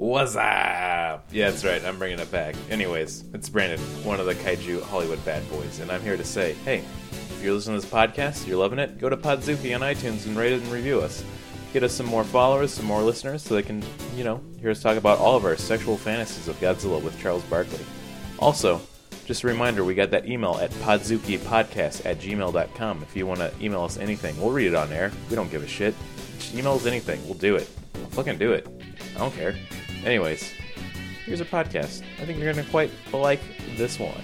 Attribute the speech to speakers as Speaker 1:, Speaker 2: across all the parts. Speaker 1: What's up? Yeah, that's right. I'm bringing it back. Anyways, it's Brandon, one of the kaiju Hollywood bad boys, and I'm here to say, hey, if you're listening to this podcast, you're loving it, go to Podzuki on iTunes and rate it and review us. Get us some more followers, some more listeners, so they can, you know, hear us talk about all of our sexual fantasies of Godzilla with Charles Barkley. Also, just a reminder, we got that email at podzukipodcast at gmail.com. If you want to email us anything, we'll read it on air. We don't give a shit. Just email us anything. We'll do it. I'll fucking do it. I don't care. Anyways, here's our podcast. I think you're going to quite like this one.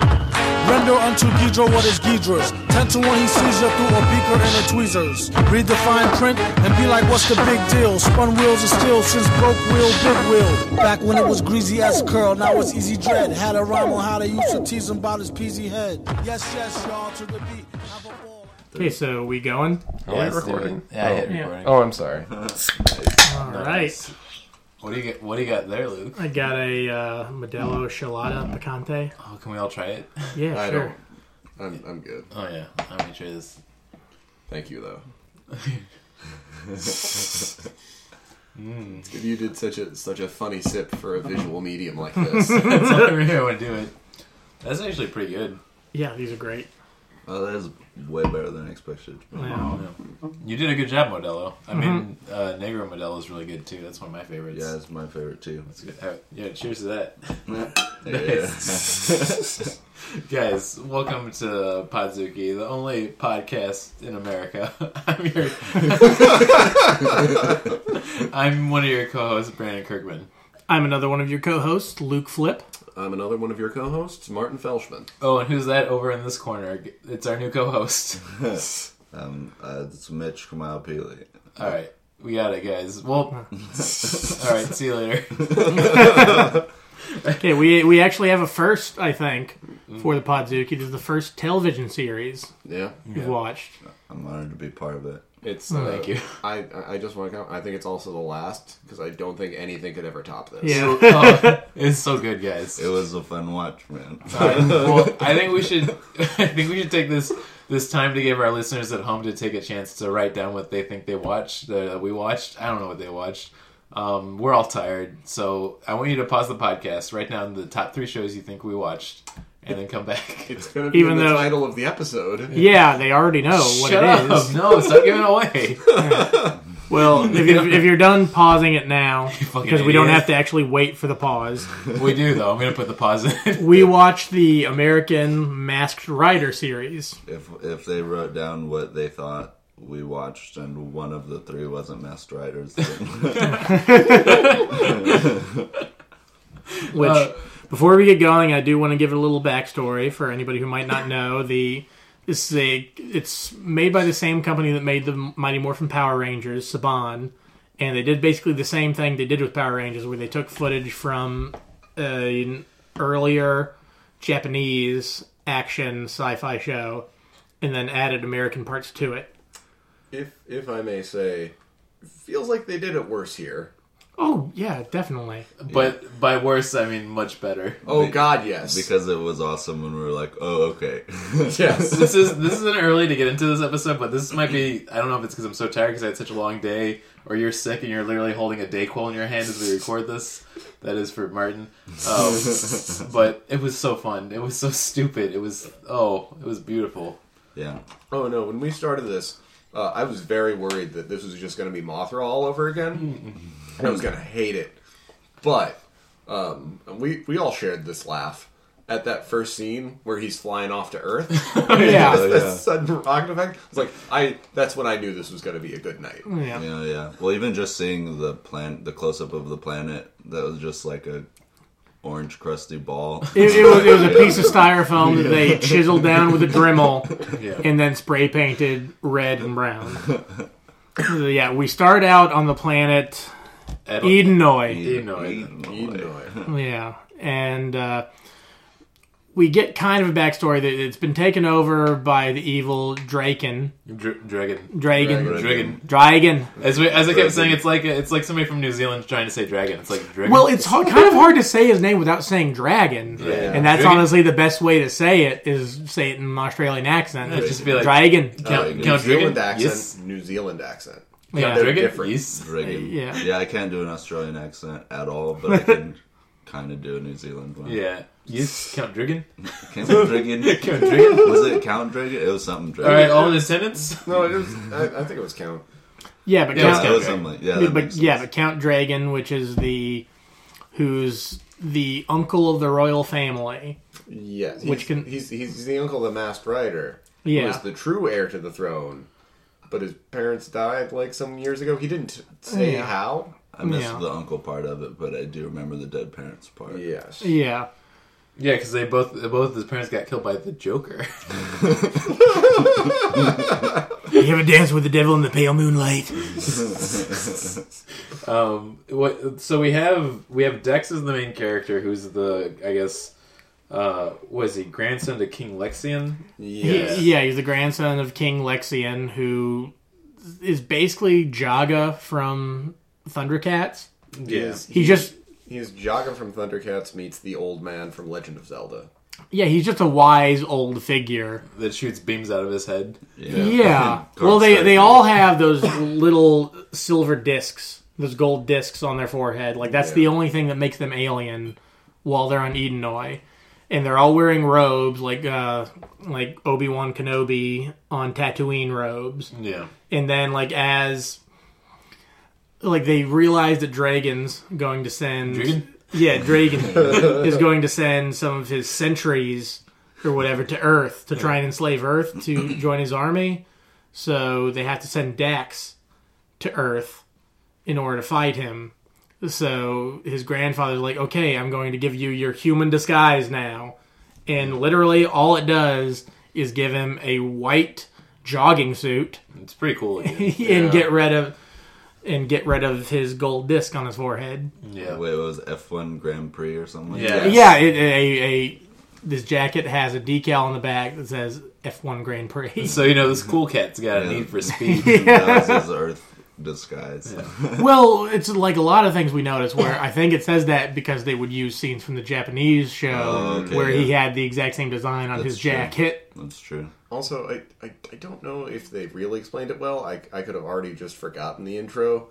Speaker 2: Render unto Ghidra what is Ghidra's. Ten to one, he sees you through a beaker and a tweezers. Read the fine print and be like, what's the big deal? Spun wheels of steel since broke wheel, big wheel. Back when it was greasy as curl, now it's easy dread. Had a rhyme on how they used to tease him about his peasy head. Yes, yes, y'all, to the beat. Have a ball.
Speaker 3: Okay, so we going? Are
Speaker 4: Oh, Yeah,
Speaker 3: we
Speaker 4: let's do
Speaker 3: recording?
Speaker 4: it. Yeah, I hit
Speaker 3: Yeah.
Speaker 4: recording.
Speaker 1: Oh, I'm sorry.
Speaker 3: All right.
Speaker 4: What do you get? What do you got there, Luke?
Speaker 3: I got a uh, Modelo Shalada Picante.
Speaker 4: Oh, can we all try it?
Speaker 3: Yeah,
Speaker 5: I
Speaker 3: sure.
Speaker 5: don't. I'm, I'm good.
Speaker 4: Oh yeah, let me try this.
Speaker 5: Thank you, though.
Speaker 3: Mm.
Speaker 5: It's good you did such a such a funny sip for a visual medium like this.
Speaker 4: That's the only way I would do it. That's actually pretty good.
Speaker 3: Yeah, these are great.
Speaker 6: Oh, that is way better than I expected.
Speaker 3: Yeah.
Speaker 4: You did a good job, Modelo. I mean, uh, Negro Modelo is really good too. That's one of my favorites.
Speaker 6: Yeah, it's my favorite too.
Speaker 4: That's good. Uh, yeah, cheers to that.
Speaker 6: Yeah.
Speaker 4: Guys, welcome to Podzuki, the only podcast in America. I'm your I'm one of your co-hosts, Brandon Kirkman.
Speaker 3: I'm another one of your co-hosts, Luke Flip.
Speaker 5: I'm another one of your co-hosts, Martin Felshman.
Speaker 4: Oh, and who's that over in this corner? It's our new co-host.
Speaker 6: Um, uh, it's Mitch Kamapili.
Speaker 4: All right, we got it, guys. Well, all right. See you later.
Speaker 3: Okay, we we actually have a first, I think, for the Podzuki. This is the first television series
Speaker 5: Yeah,
Speaker 3: you've watched.
Speaker 6: I'm honored to be part of it.
Speaker 5: it's. Uh,
Speaker 4: Thank you.
Speaker 5: I I- I just want to comment. I think it's also the last because I don't think anything could ever top this.
Speaker 3: Yeah.
Speaker 4: Oh, it's so good, guys.
Speaker 6: It was a fun watch, man.
Speaker 4: All right, well, I think we should. I think we should take this this time to give our listeners at home to take a chance to write down what they think they watched. That we watched. I don't know what they watched. Um, we're all tired, so I want you to pause the podcast, write down the top three shows you think we watched, and then come back.
Speaker 5: It's gonna be
Speaker 3: Even
Speaker 5: in the
Speaker 3: though-
Speaker 5: title of the episode.
Speaker 3: yeah, they already know what
Speaker 4: Shut
Speaker 3: it is.
Speaker 4: up! No, stop giving it away.
Speaker 3: Well, if, if, if you're done pausing it now,
Speaker 4: fucking
Speaker 3: because we don't
Speaker 4: idiot.
Speaker 3: have to actually wait for the pause,
Speaker 4: we do though. I'm gonna put the pause in.
Speaker 3: we watched the American Masked Rider series.
Speaker 6: If if they wrote down what they thought we watched and one of the three wasn't Master Riders, then
Speaker 3: Which,
Speaker 4: Uh,
Speaker 3: before we get going, I do want to give it a little backstory for anybody who might not know. The this is a it's made by the same company that made the Mighty Morphin Power Rangers, Saban, and they did basically the same thing they did with Power Rangers, where they took footage from uh, an earlier Japanese action sci-fi show and then added American parts to it.
Speaker 5: If if I may say, feels like they did it worse here.
Speaker 3: Oh yeah, definitely.
Speaker 4: But by worse, I mean much better.
Speaker 5: Oh
Speaker 6: Be-
Speaker 5: God, yes.
Speaker 6: because it was awesome and we were like, oh, okay.
Speaker 5: yes.
Speaker 4: This is this isn't early to get into this episode, but this might be. I don't know if it's because I'm so tired because I had such a long day, or you're sick and you're literally holding a Dayquil in your hand as we record this. That is for Martin. Um, but it was so fun. It was so stupid. It was oh, it was beautiful.
Speaker 6: yeah.
Speaker 5: Oh no! When we started this, uh, I was very worried that this was just going to be Mothra all over again, and I was going to hate it. But um, we we all shared this laugh at that first scene where he's flying off to Earth.
Speaker 3: Yeah.
Speaker 5: It's
Speaker 6: Yeah.
Speaker 5: that sudden rocket effect. It's like I. That's when I knew this was going to be a good night.
Speaker 3: Yeah.
Speaker 6: Yeah, yeah. Well, even just seeing the plan, the close up of the planet, that was just like a orange crusty ball.
Speaker 3: It, it, was, it was a piece of styrofoam that they chiseled down with a Dremel
Speaker 4: Yeah.
Speaker 3: and then spray painted red and brown. So, yeah, we start out on the planet
Speaker 4: Ed-
Speaker 3: Edenoid.
Speaker 4: Edenoid.
Speaker 5: Enoy.
Speaker 3: Yeah, and uh, we get kind of a backstory that it's been taken over by the evil Draken.
Speaker 4: Dr- dragon.
Speaker 3: Dragon.
Speaker 4: Dragon.
Speaker 3: Dragon.
Speaker 4: As, we, as I kept
Speaker 6: Dragon.
Speaker 4: saying, it's like it's like somebody from New Zealand trying to say dragon. It's like dragon.
Speaker 3: Well, it's hard, kind of hard to say his name without saying dragon.
Speaker 4: Yeah.
Speaker 3: And that's
Speaker 4: Dragon.
Speaker 3: honestly the best way to say it is say it in an Australian accent.
Speaker 4: Yeah, just be like- uh,
Speaker 3: dragon.
Speaker 4: Count,
Speaker 6: Dragon.
Speaker 4: Count
Speaker 5: Oh, New Zealand
Speaker 4: Dragon.
Speaker 5: accent.
Speaker 4: Yes.
Speaker 5: New Zealand accent.
Speaker 3: Yeah.
Speaker 4: They're
Speaker 5: They're
Speaker 4: different.
Speaker 5: different.
Speaker 6: Driggin.
Speaker 3: Yeah.
Speaker 6: yeah, I can't do an Australian accent at all, but I can kind of do a New Zealand one.
Speaker 4: Yeah. Yeast? Count Driggin?
Speaker 6: Count Driggin.
Speaker 4: Count Driggin?
Speaker 6: Was it Count Driggin? It was something Driggin.
Speaker 4: All right, all in a sentence?
Speaker 5: No, it was. I, I think it was count.
Speaker 3: Yeah, but
Speaker 4: Yeah,
Speaker 6: Yeah,
Speaker 3: Count,
Speaker 6: it was
Speaker 4: Count
Speaker 6: something like, yeah,
Speaker 3: yeah,
Speaker 6: that
Speaker 3: but
Speaker 6: makes
Speaker 3: yeah,
Speaker 6: sense.
Speaker 3: but Count Dragon, which is the who's the uncle of the royal family.
Speaker 5: Yes, he's,
Speaker 3: Which can-
Speaker 5: he's, he's the uncle of the Masked Rider.
Speaker 3: Yeah.
Speaker 5: who is the true heir to the throne. But his parents died like some years ago. He didn't say
Speaker 3: Yeah.
Speaker 5: how.
Speaker 6: I missed
Speaker 3: yeah.
Speaker 6: the uncle part of it, but I do remember the dead parents part.
Speaker 5: Yes,
Speaker 3: Yeah.
Speaker 4: Yeah, because they both both his parents got killed by the Joker.
Speaker 3: You ever dance with the devil in the pale moonlight?
Speaker 4: Um, what? So we have we have Dex as the main character, who's the I guess uh, was he grandson to King Lexian?
Speaker 5: yes.
Speaker 3: He, yeah, he's the grandson of King Lexian, who is basically Jaga from Thundercats.
Speaker 5: He's,
Speaker 3: He just
Speaker 5: he's Jaga from Thundercats meets the old man from Legend of Zelda.
Speaker 3: yeah, he's just a wise old figure.
Speaker 4: that shoots beams out of his head.
Speaker 6: Yeah.
Speaker 3: Yeah.
Speaker 6: Carl
Speaker 3: Well, they
Speaker 6: Sagan.
Speaker 3: they all have those little silver discs, those gold discs on their forehead. Like that's the
Speaker 5: Yeah.
Speaker 3: only thing that makes them alien while they're on Edenoi. And they're all wearing robes like uh like Obi-Wan Kenobi on Tatooine robes.
Speaker 4: Yeah,
Speaker 3: and then like as like they realize that Dragon's going to send
Speaker 4: Dragon?
Speaker 3: yeah Dragon is going to send some of his sentries or whatever to Earth to try and enslave Earth to join his army. So they have to send Dax to Earth in order to fight him. So his grandfather's like, "Okay, I'm going to give you your human disguise now." And literally all it does is give him a white jogging suit
Speaker 4: it's pretty cool. Again.
Speaker 3: and get rid of and get rid of his gold disc on his forehead.
Speaker 4: Yeah,
Speaker 6: Wait, what was it, F1 Grand Prix or something like
Speaker 4: Yeah.
Speaker 6: that?
Speaker 3: Yeah, it, a, a this jacket has a decal on the back that says F1 Grand Prix.
Speaker 4: So you know this cool cat's got a
Speaker 6: Yeah.
Speaker 4: need for speed.
Speaker 6: That was his Earth disguise.
Speaker 3: well, it's like a lot of things we notice where I think it says that because they would use scenes from the Japanese show
Speaker 6: Oh, okay,
Speaker 3: where he
Speaker 6: yeah.
Speaker 3: had the exact same design on his
Speaker 6: That's true.
Speaker 3: jacket.
Speaker 6: That's true.
Speaker 5: Also, I, I I don't know if they really explained it well. I I could have already just forgotten the intro.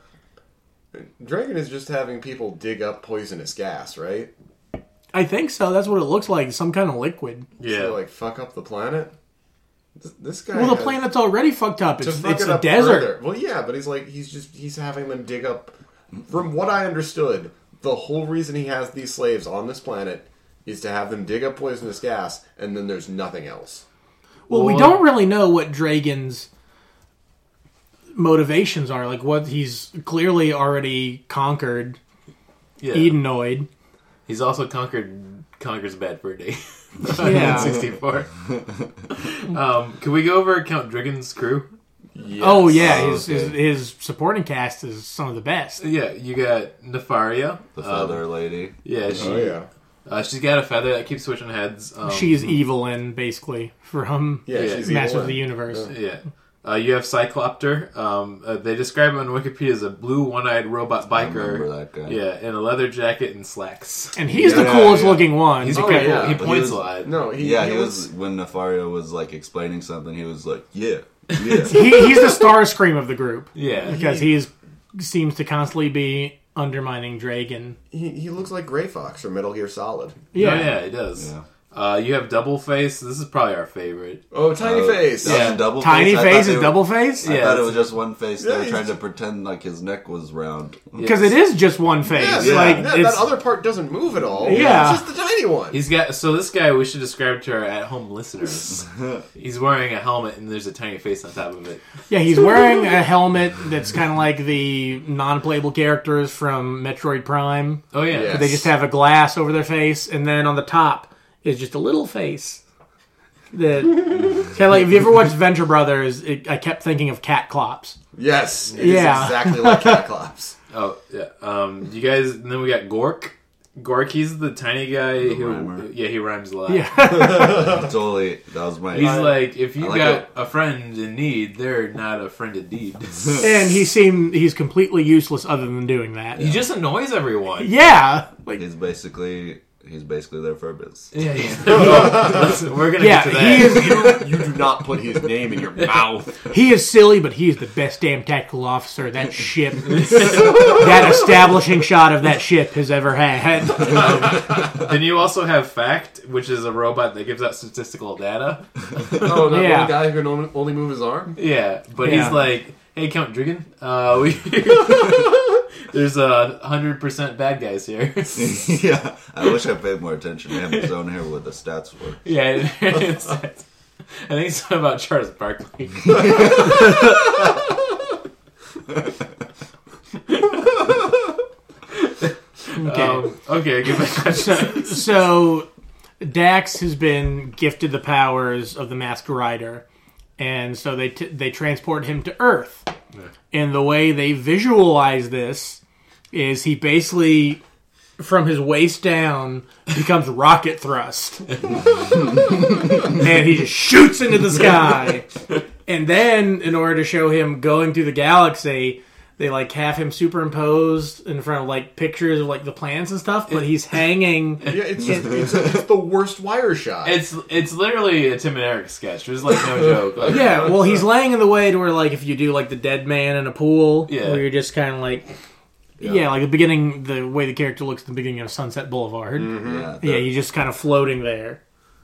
Speaker 5: Dragon is just having people dig up poisonous gas, right?
Speaker 3: I think so. That's what it looks like, some kind of liquid.
Speaker 4: yeah,
Speaker 5: To, like fuck up the planet. This, this guy.
Speaker 3: Well, the
Speaker 5: has-
Speaker 3: planet's already fucked up.
Speaker 5: to
Speaker 3: It's,
Speaker 5: fuck
Speaker 3: it's
Speaker 5: it
Speaker 3: a
Speaker 5: up
Speaker 3: desert.
Speaker 5: further. Well, yeah, but he's like he's just he's having them dig up. From what I understood, the whole reason he has these slaves on this planet is to have them dig up poisonous gas, and then there's nothing else.
Speaker 3: Well, we
Speaker 4: Or-
Speaker 3: don't really know what Dragon's motivations are. Like, what he's clearly already conquered
Speaker 4: yeah.
Speaker 3: Edenoid.
Speaker 4: He's also conquered conquers bad for a day.
Speaker 3: Yeah.
Speaker 4: 64. um, can we go over Count Driggin's crew?
Speaker 3: Oh yeah,
Speaker 6: Oh,
Speaker 3: his, his
Speaker 6: okay.
Speaker 3: his supporting cast is some of the best.
Speaker 4: Yeah, you got Nefaria.
Speaker 6: The
Speaker 4: Um,
Speaker 6: feather lady.
Speaker 4: yeah, she,
Speaker 5: Oh yeah,
Speaker 4: Uh, she's got a feather that keeps switching heads. Um,
Speaker 3: She's evil and basically from
Speaker 5: yeah,
Speaker 4: Yeah.
Speaker 5: she's evil
Speaker 3: Master of the
Speaker 5: and-
Speaker 3: Universe.
Speaker 4: Yeah. Uh, you have Cyclopter. Um, uh, they describe him on Wikipedia as a blue, one-eyed robot biker.
Speaker 6: remember that guy.
Speaker 4: Yeah, in a leather jacket and slacks.
Speaker 3: And he's the
Speaker 5: Yeah,
Speaker 3: coolest
Speaker 5: yeah.
Speaker 3: looking one.
Speaker 4: He's
Speaker 5: Oh,
Speaker 4: pretty
Speaker 5: yeah.
Speaker 4: cool. He
Speaker 5: But
Speaker 6: he
Speaker 4: points
Speaker 6: was-
Speaker 4: a lot.
Speaker 5: No, he,
Speaker 6: Yeah, he, was, when Nefario was like explaining something. He was like, "Yeah, yeah."
Speaker 3: he, he's the star scream of the group
Speaker 4: Yeah.
Speaker 3: because he's seems to constantly be undermining Dragon.
Speaker 5: he, he looks like Gray Fox from Metal Gear Solid.
Speaker 4: yeah. Oh,
Speaker 3: Yeah.
Speaker 4: yeah, he does.
Speaker 6: Yeah.
Speaker 4: Uh, you have Double Face. This is probably our favorite.
Speaker 5: Oh, tiny face.
Speaker 6: That was
Speaker 4: Yeah.
Speaker 6: in double
Speaker 3: Tiny
Speaker 6: I
Speaker 3: face
Speaker 6: thought
Speaker 3: is
Speaker 6: they-
Speaker 3: double face.
Speaker 6: I
Speaker 4: Yeah,
Speaker 6: thought it
Speaker 4: it's-
Speaker 6: was just one face.
Speaker 5: Yeah,
Speaker 6: They were
Speaker 5: he's-
Speaker 6: trying to pretend like his neck was round.
Speaker 3: Because it is just one face.
Speaker 5: Yeah,
Speaker 6: Yeah.
Speaker 3: Like
Speaker 5: that, that-
Speaker 3: it's,
Speaker 5: that other part doesn't move at all.
Speaker 3: Yeah.
Speaker 5: it's just the tiny one.
Speaker 4: He's got so this guy we should describe to our at-home listeners. He's wearing a helmet and there's a tiny face on top of it.
Speaker 3: Yeah, he's wearing a helmet that's kind of like the non-playable characters from Metroid Prime.
Speaker 4: Oh yeah,
Speaker 5: Yeah.
Speaker 3: They just have a glass over their face, and then on the top is just a little face. That kind of like if you ever watched Venture Brothers, it, I kept thinking of Cat Clops.
Speaker 5: yes, it is
Speaker 3: Yeah.
Speaker 5: exactly like Cyclops.
Speaker 4: Oh yeah. Um, you guys. And then we got Gork. Gork, he's the tiny guy who.
Speaker 6: rhymer.
Speaker 4: Yeah, he rhymes a lot.
Speaker 3: Yeah,
Speaker 6: totally. That was my.
Speaker 4: He's like, if you
Speaker 6: I like
Speaker 4: got
Speaker 6: it.
Speaker 4: a friend in need, they're not a friend indeed.
Speaker 3: and he seemed he's completely useless other than doing that.
Speaker 4: he just annoys everyone.
Speaker 3: Yeah, like
Speaker 6: he's basically he's basically there for a business.
Speaker 4: Yeah, yeah. Listen, we're gonna
Speaker 3: Yeah,
Speaker 4: get to
Speaker 3: he
Speaker 4: that.
Speaker 3: is
Speaker 5: You do not put his name in your mouth.
Speaker 3: He is silly, but he is the best damn tactical officer that ship, that establishing shot of that ship has ever had.
Speaker 4: Then you also have Fact, which is a robot that gives out statistical data.
Speaker 5: Oh, not
Speaker 3: Yeah.
Speaker 5: the guy who can only, only move his arm.
Speaker 4: Yeah, but
Speaker 3: Yeah.
Speaker 4: he's like, "Hey, Count Driggin, uh, we there's a hundred percent bad guys here."
Speaker 6: yeah, I wish I paid more attention to him. He's on here with the stats for.
Speaker 4: yeah, it's, I think it's about Charles Barkley.
Speaker 3: Okay.
Speaker 4: Um, okay, give my
Speaker 3: so Dax has been gifted the powers of the Masked Rider, and so they t- they transport him to Earth. And the way they visualize this is he basically, from his waist down, becomes rocket thrust, and he just shoots into the sky. And then, in order to show him going through the galaxy, they like have him superimposed in front of like pictures of like the planets and stuff, but he's hanging
Speaker 5: Yeah, it's just, it's, it's the worst wire shot.
Speaker 4: It's it's literally a Tim and Eric sketch. There's like no joke. Like,
Speaker 3: Yeah, well, he's laying in the way to where, like, if you do like the dead man in a pool,
Speaker 4: Yeah.
Speaker 3: where you're just kind of like, yeah. like the beginning, the way the character looks at the beginning of Sunset Boulevard.
Speaker 6: Yeah,
Speaker 3: Yeah,
Speaker 6: the-
Speaker 3: you're just kind of floating there.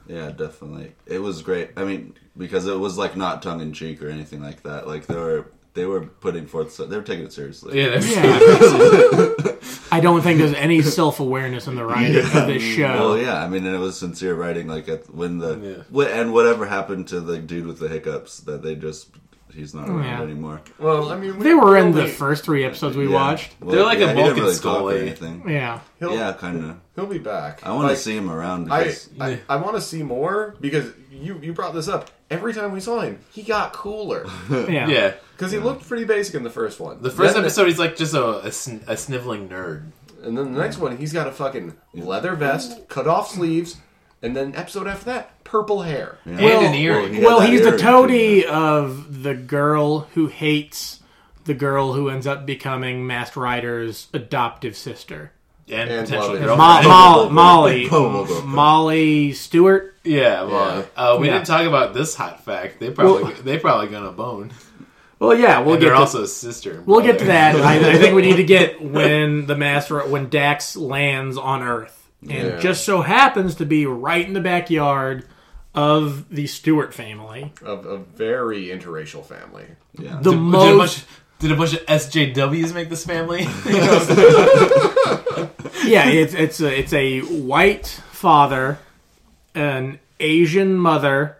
Speaker 6: Yeah, definitely. It was great. I mean, because it was like not tongue in cheek or anything like that. Like they were they were putting forth so they were taking it seriously.
Speaker 4: yeah, there's-
Speaker 3: I don't think there's any self awareness in the writing of this show.
Speaker 6: Well, yeah. I mean, and it was sincere writing. Like at, when the
Speaker 4: Yeah.
Speaker 6: wh- and whatever happened to the dude with the hiccups that they just he's not around
Speaker 3: Yeah.
Speaker 6: anymore.
Speaker 5: well, I mean, we
Speaker 3: They were in the
Speaker 5: only-
Speaker 3: first three episodes we
Speaker 6: Yeah.
Speaker 3: watched.
Speaker 6: Well,
Speaker 4: They're like a
Speaker 6: yeah, he didn't
Speaker 4: Vulcan
Speaker 6: really talk
Speaker 4: skull,
Speaker 6: or
Speaker 4: eh?
Speaker 6: anything.
Speaker 3: Yeah,
Speaker 5: He'll,
Speaker 6: Yeah, kind of.
Speaker 5: he'll be back.
Speaker 6: I want
Speaker 5: Like,
Speaker 6: to see him around.
Speaker 5: I,
Speaker 6: Because,
Speaker 5: I, I want to see more because you, you brought this up. Every time we saw him, he got cooler
Speaker 3: yeah,
Speaker 4: yeah.
Speaker 5: because he looked pretty basic in the first one.
Speaker 4: The first
Speaker 5: Then
Speaker 4: episode, he's like just a, a, sn- a sniveling nerd.
Speaker 5: and then the next one, he's got a fucking leather vest, cut off sleeves, and then episode after that, purple hair.
Speaker 6: yeah.
Speaker 3: Well-
Speaker 4: and an earring.
Speaker 6: he had
Speaker 3: Well,
Speaker 6: that
Speaker 3: he's the
Speaker 6: earring, too,
Speaker 3: toady
Speaker 6: yeah.
Speaker 3: of the girl who hates the girl who ends up becoming Masked Rider's adoptive sister.
Speaker 4: and,
Speaker 5: And
Speaker 4: potential
Speaker 5: love it.
Speaker 4: girlfriend.
Speaker 3: Mo- Mo-
Speaker 6: Bubble.
Speaker 3: Molly,
Speaker 6: Bubble Bubble.
Speaker 3: Molly Stewart.
Speaker 4: yeah, well, Uh, we
Speaker 3: Yeah.
Speaker 4: didn't talk about this hot fact. They probably
Speaker 3: Well-
Speaker 4: they probably gonna bone.
Speaker 3: Well, yeah, we'll
Speaker 4: And
Speaker 3: get
Speaker 4: they're
Speaker 3: to,
Speaker 4: also a sister. and
Speaker 3: we'll get to
Speaker 4: brother.
Speaker 3: that. I, I think we need to get when the master when Dax lands on Earth, and
Speaker 5: Yeah.
Speaker 3: just so happens to be right in the backyard of the Stewart family.
Speaker 5: Of a very interracial family.
Speaker 6: Yeah.
Speaker 3: The
Speaker 4: Did a, bunch,
Speaker 3: most,
Speaker 4: did a bunch of SJWs make this family?
Speaker 3: yeah, it's it's a, it's a white father, an Asian mother,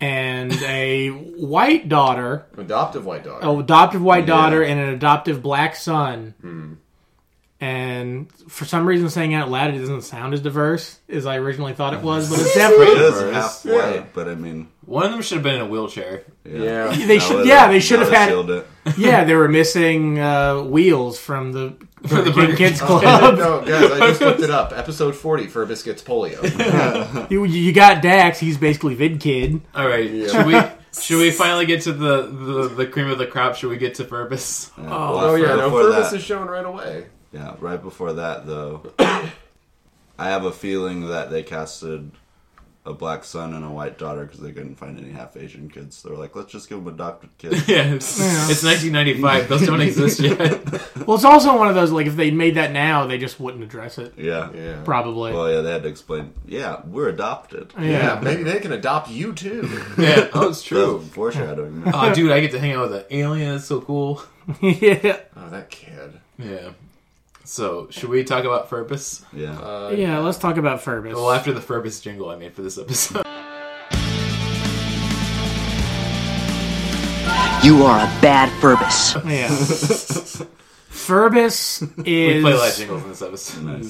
Speaker 3: and a white daughter.
Speaker 5: Adoptive white dog.
Speaker 3: an adoptive white daughter and an adoptive black son. And for some reason, saying out loud, it doesn't sound as diverse as I originally thought it was, but it's
Speaker 6: It
Speaker 3: definitely.
Speaker 6: is
Speaker 4: First.
Speaker 6: half
Speaker 5: Yeah.
Speaker 6: white, but I mean,
Speaker 4: One of them should have been in a wheelchair.
Speaker 5: yeah.
Speaker 3: They
Speaker 6: that
Speaker 3: should,
Speaker 6: would've-
Speaker 3: yeah, they should
Speaker 6: that
Speaker 3: have had. Oh.
Speaker 6: would've sealed it.
Speaker 3: Yeah, they were missing uh, wheels from the Burger
Speaker 4: Burger
Speaker 3: King Kids
Speaker 5: Yeah,
Speaker 3: Club.
Speaker 5: no, guys, I just looked it up. Episode 40 for Biscuits Polio.
Speaker 3: You, you got Dax; he's basically Vid Kid.
Speaker 4: All right, should we should we finally get to the, the, the cream of the crop? Should we get to Purpose?
Speaker 6: Oh,
Speaker 5: Oh, yeah, no,
Speaker 6: before
Speaker 5: Purvis
Speaker 6: that,
Speaker 5: is shown right away.
Speaker 6: yeah, right before that though, I have a feeling that they casted a black son and a white daughter because they couldn't find any half Asian kids. They were like, let's just give them adopted kids.
Speaker 4: Yeah, it's, it's 1995. Those don't exist yet.
Speaker 3: Well, it's also one of those like if they made that now, they just wouldn't address it.
Speaker 6: yeah.
Speaker 5: Yeah.
Speaker 3: Probably.
Speaker 6: Well, yeah, they had to explain. Yeah, we're adopted.
Speaker 5: Yeah,
Speaker 3: yeah.
Speaker 5: maybe they can adopt you too.
Speaker 4: Yeah, oh, it's
Speaker 6: That
Speaker 4: true.
Speaker 6: was foreshadowing.
Speaker 4: Oh, dude, I get to hang out with an alien. It's so cool.
Speaker 3: yeah.
Speaker 5: oh, that kid.
Speaker 4: Yeah. So, should we talk about Purpose?
Speaker 6: yeah.
Speaker 5: Uh,
Speaker 3: Yeah. Let's talk about Furbus.
Speaker 4: Well, after the Purpose jingle I made for this episode.
Speaker 7: You are a bad Furbus.
Speaker 3: Yeah. Furbus is
Speaker 4: We play a lot of jingles in this episode.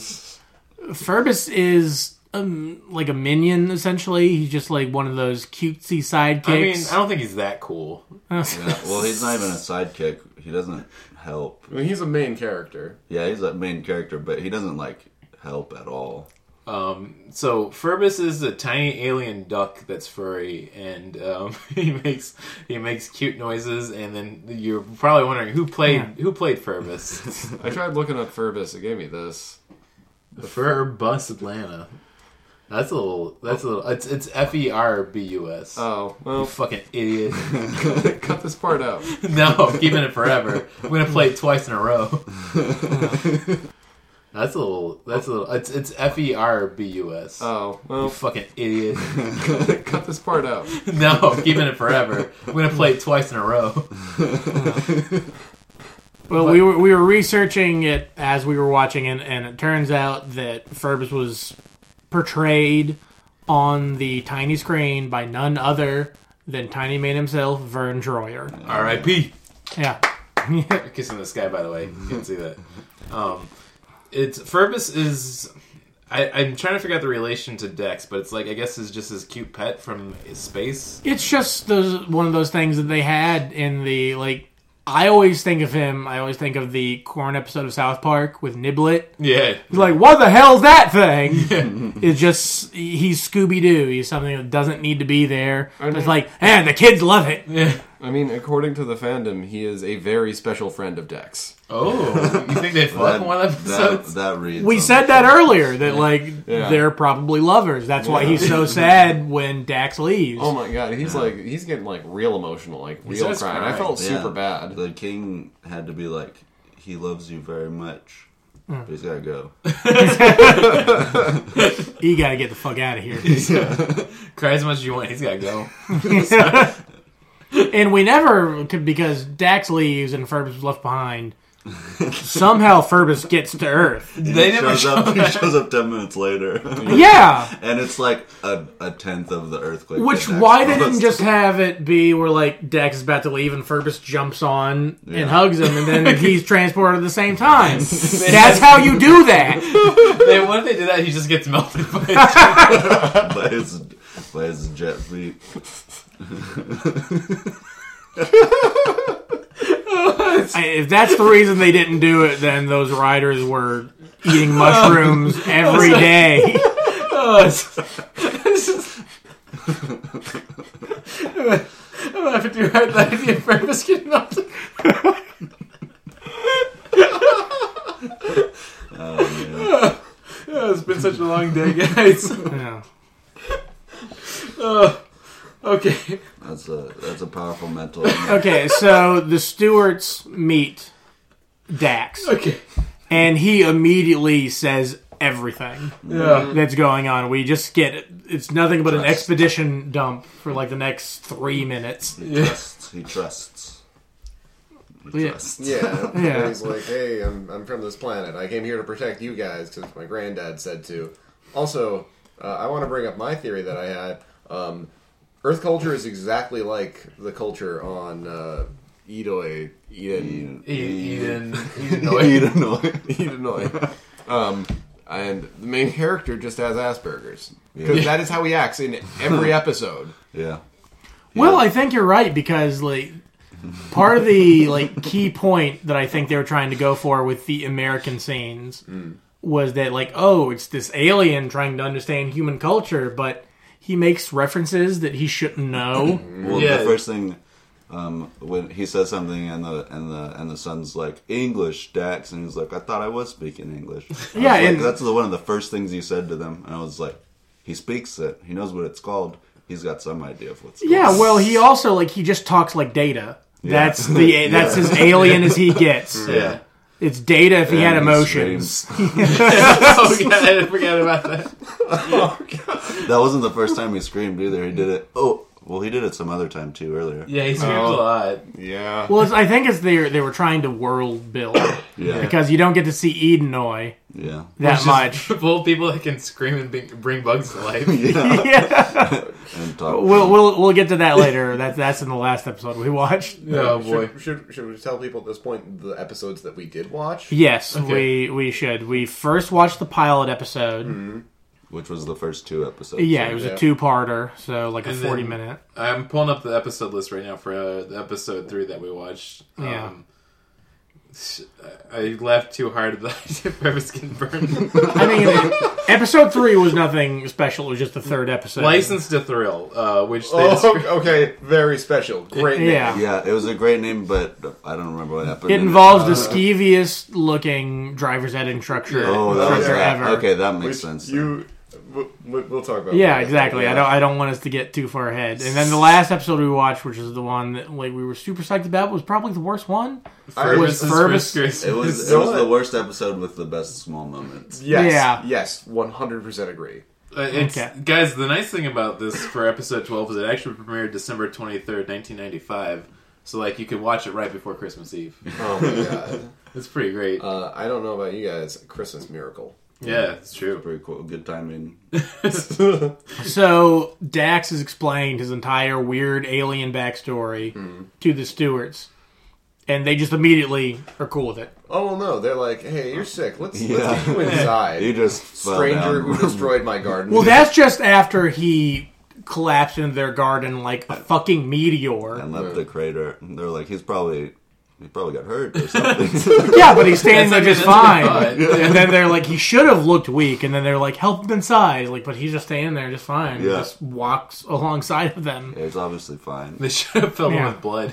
Speaker 3: Furbus is um, like a minion essentially. He's just like one of those cutesy
Speaker 4: I mean, I
Speaker 3: sidekicks.
Speaker 4: don't think he's that cool.
Speaker 6: Yeah, Well, he's not even a sidekick. He doesn't help.
Speaker 5: I mean, he's a main character.
Speaker 6: Yeah, he's a main character, but he doesn't like help at all.
Speaker 4: So Furbus is a tiny alien duck that's furry, and um, he makes he makes cute noises. And then you're probably wondering who played who played Furbus.
Speaker 5: I tried looking up Furbus. It gave me this.
Speaker 4: Fur Bus Atlanta. That's a little. That's a little. It's it's F E R B U S.
Speaker 5: Oh,
Speaker 4: You
Speaker 5: well,
Speaker 4: fucking idiot.
Speaker 5: cut this part out.
Speaker 4: no, I'm keeping it forever. I'm gonna play it twice in a row. That's a little. That's a little. It's it's F E R B U S.
Speaker 5: Oh,
Speaker 4: You
Speaker 5: well,
Speaker 4: fucking idiot.
Speaker 5: cut this part out.
Speaker 4: No, I'm keeping it forever. I'm gonna play it twice in a row.
Speaker 3: Well, we were we were researching it as we were watching it, and it turns out that Phoebus was portrayed on the tiny screen by none other than Tiny Man himself, Vern Troyer.
Speaker 4: R.I.P.
Speaker 3: Yeah,
Speaker 4: Kissing the sky, by the way. You can't see that. Um, it's Furbus is. I, I'm trying to figure out the relation to Dex, but it's like I guess is just his cute pet from space.
Speaker 3: it's just those one of those things that they had in the like. I always think of him. I always think of the corn episode of South Park with Niblet.
Speaker 4: Yeah,
Speaker 3: Like, what the hell's that thing? It's just he's Scooby Doo. He's something that doesn't need to be there. It's like, and the kids love it.
Speaker 5: I mean, according to the fandom, he is a very special friend of Dex.
Speaker 4: Oh, you think they fuck in one
Speaker 6: that,
Speaker 4: episode?
Speaker 6: that reads.
Speaker 3: We
Speaker 6: on
Speaker 3: said
Speaker 6: the
Speaker 3: that
Speaker 6: show.
Speaker 3: earlier that like
Speaker 5: Yeah.
Speaker 3: they're probably lovers. That's why he's so sad when Dax leaves.
Speaker 5: Oh my god, he's like he's getting like real emotional, like real
Speaker 4: starts
Speaker 5: crying. I
Speaker 4: crying.
Speaker 5: felt super
Speaker 6: Yeah.
Speaker 5: bad.
Speaker 6: The king had to be like, he loves you very much, but he's gotta go.
Speaker 3: You got to get the fuck out of here.
Speaker 4: Cry as much as you want. He's gotta go.
Speaker 3: and we never could because Dax leaves and Phoebus is left behind. Somehow Phoebus gets to Earth.
Speaker 4: They
Speaker 6: He
Speaker 4: never
Speaker 6: shows
Speaker 4: show
Speaker 6: up. He
Speaker 4: that.
Speaker 6: shows up ten minutes later,
Speaker 3: Yeah,
Speaker 6: and it's like a, a tenth of the earthquake.
Speaker 3: which
Speaker 6: that
Speaker 3: why they
Speaker 6: Dax
Speaker 3: didn't
Speaker 6: caused.
Speaker 3: just have it be where like Dax is about to leave and Phoebus jumps on and hugs him and then he's transported at the same time. That's how you do that.
Speaker 4: They, what if they did that? He just gets melted by a
Speaker 6: by his by his jet feet.
Speaker 3: I- If that's the reason they didn't do it, then those riders were eating mushrooms every day.
Speaker 4: bus. It's just- I'm laughing too hard. The idea of Fergus getting melted. Oh, it's been such a long day, guys.
Speaker 3: Yeah.
Speaker 4: Okay.
Speaker 6: That's a that's a powerful mental. image.
Speaker 3: Okay, so the Stewarts meet Dax,
Speaker 4: Okay.
Speaker 3: and he immediately says everything
Speaker 4: Yeah.
Speaker 3: that's going on. We just get it's nothing but an
Speaker 6: Trust.
Speaker 3: expedition dump for like the next three minutes.
Speaker 6: trusts. He trusts. He
Speaker 3: Yeah.
Speaker 6: trusts.
Speaker 5: Yeah,
Speaker 3: Yeah.
Speaker 5: And he's like, hey, I'm I'm from this planet. I came here to protect you guys because my granddad said to. Also, uh, I want to bring up my theory that I had. Um, Earth culture is exactly like the culture on uh, Edoy, Eden,
Speaker 6: E,
Speaker 4: Eden.
Speaker 6: He
Speaker 4: Eden.
Speaker 6: don't know.
Speaker 5: Illinois. Um, and the main character just has Asperger's because that is how he acts in every episode.
Speaker 6: Yeah.
Speaker 3: Well, I think you're right because like part of the like key point that I think they were trying to go for with the American scenes
Speaker 6: Mm.
Speaker 3: was that like oh, it's this alien trying to understand human culture, but he makes references that he shouldn't know.
Speaker 6: Well,
Speaker 4: Yeah.
Speaker 6: the first thing um, when he says something and the and the and the son's like English, Dax, and he's like, I thought I was speaking English. I was
Speaker 3: Yeah,
Speaker 6: like,
Speaker 3: and-
Speaker 6: that's the one of the first things he said to them, and I was like, he speaks it. He knows what it's called. He's got some idea of what's.
Speaker 3: Yeah,
Speaker 6: called.
Speaker 3: well, he also like he just talks like Data. That's the that's as alien as he gets.
Speaker 6: Yeah.
Speaker 3: It's Data if he had
Speaker 6: And he
Speaker 3: emotions.
Speaker 6: screams.
Speaker 4: Oh, yeah, I didn't forget about that.
Speaker 6: that wasn't the first time he screamed either. He did it. Oh, well, he did it some other time too earlier.
Speaker 4: Yeah, he screams a lot.
Speaker 5: Yeah.
Speaker 3: Well, it's, I think it's they they were trying to world build
Speaker 6: Yeah.
Speaker 3: because you don't get to see Edenoy
Speaker 6: Yeah.
Speaker 3: that
Speaker 4: Just
Speaker 3: much.
Speaker 4: Full people that can scream and bring, bring bugs to life.
Speaker 6: Yeah.
Speaker 3: yeah.
Speaker 6: And talk.
Speaker 3: We'll, we'll we'll get to that later. That's that's in the last episode we watched.
Speaker 4: Oh boy.
Speaker 5: Should, should, should we tell people at this point the episodes that we did watch?
Speaker 3: Yes,
Speaker 4: Okay.
Speaker 3: we we should. We first watched the pilot episode.
Speaker 6: which was the first two episodes.
Speaker 3: Yeah, it was
Speaker 5: Yeah.
Speaker 3: a two-parter, so like a
Speaker 4: And then-
Speaker 3: forty-minute.
Speaker 4: I'm pulling up the episode list right now for uh, the episode three that we watched.
Speaker 3: Yeah.
Speaker 4: I laughed too hard at the idea of Bevis getting burned.
Speaker 3: I mean, episode three was nothing special. It was just the third episode.
Speaker 4: License to Thrill, uh, which they
Speaker 5: Oh,
Speaker 4: descri-
Speaker 5: okay. Very special. Great. name.
Speaker 3: Yeah.
Speaker 6: Yeah, it was a great name, but I don't remember what happened.
Speaker 3: It
Speaker 6: in
Speaker 3: involves
Speaker 6: Uh,
Speaker 3: the skeeviest looking driver's ed instructor,
Speaker 6: Oh, that was
Speaker 3: instructor
Speaker 6: that.
Speaker 3: ever.
Speaker 6: Okay, that makes
Speaker 5: Which
Speaker 6: sense. then.
Speaker 5: You. w- w- We'll talk about.
Speaker 3: Yeah,
Speaker 5: that.
Speaker 3: exactly. I
Speaker 6: Yeah.
Speaker 3: don't. I don't want us to get too far ahead. And then the last episode we watched, which is the one that like we were super psyched about, was probably the worst one.
Speaker 5: I
Speaker 4: Bevis'
Speaker 5: was.
Speaker 3: was-
Speaker 4: first
Speaker 3: Bevis-
Speaker 4: Christmas.
Speaker 6: It was it
Speaker 5: So
Speaker 6: was the
Speaker 5: what?
Speaker 6: worst episode with the best small moments.
Speaker 5: Yes.
Speaker 3: Yeah.
Speaker 5: Yes. One hundred percent agree.
Speaker 4: Uh, it's,
Speaker 3: Okay.
Speaker 4: Guys, the nice thing about this for episode 12 is it actually premiered December 23rd, 1995. So, like, you could watch it right before Christmas Eve.
Speaker 5: Oh my god.
Speaker 4: It's pretty great.
Speaker 5: Uh, I don't know about you guys. Christmas miracle.
Speaker 4: yeah, it's true.
Speaker 6: Pretty cool, good timing.
Speaker 3: So Dax has explained his entire weird alien backstory
Speaker 4: Hmm.
Speaker 3: to the Stewarts, and they just immediately are cool with it.
Speaker 5: Oh well, no, they're like, hey, you're sick. Let's
Speaker 6: Yeah.
Speaker 5: let's get you inside.
Speaker 6: You just fell
Speaker 5: stranger
Speaker 6: down.
Speaker 5: who destroyed my garden.
Speaker 3: Well, that's just after he collapsed into their garden like a fucking meteor.
Speaker 6: and left the crater. They're like, he's probably he probably got hurt or something.
Speaker 3: Yeah, but he's standing there
Speaker 4: That's
Speaker 3: just
Speaker 4: like-
Speaker 3: fine. And then they're like, he should have looked weak. And then they're like, help him inside. Like, but he's just standing there just fine.
Speaker 6: Yeah.
Speaker 3: Just walks alongside of them.
Speaker 6: he's obviously fine.
Speaker 4: They should have filled him
Speaker 3: Yeah.
Speaker 4: with blood.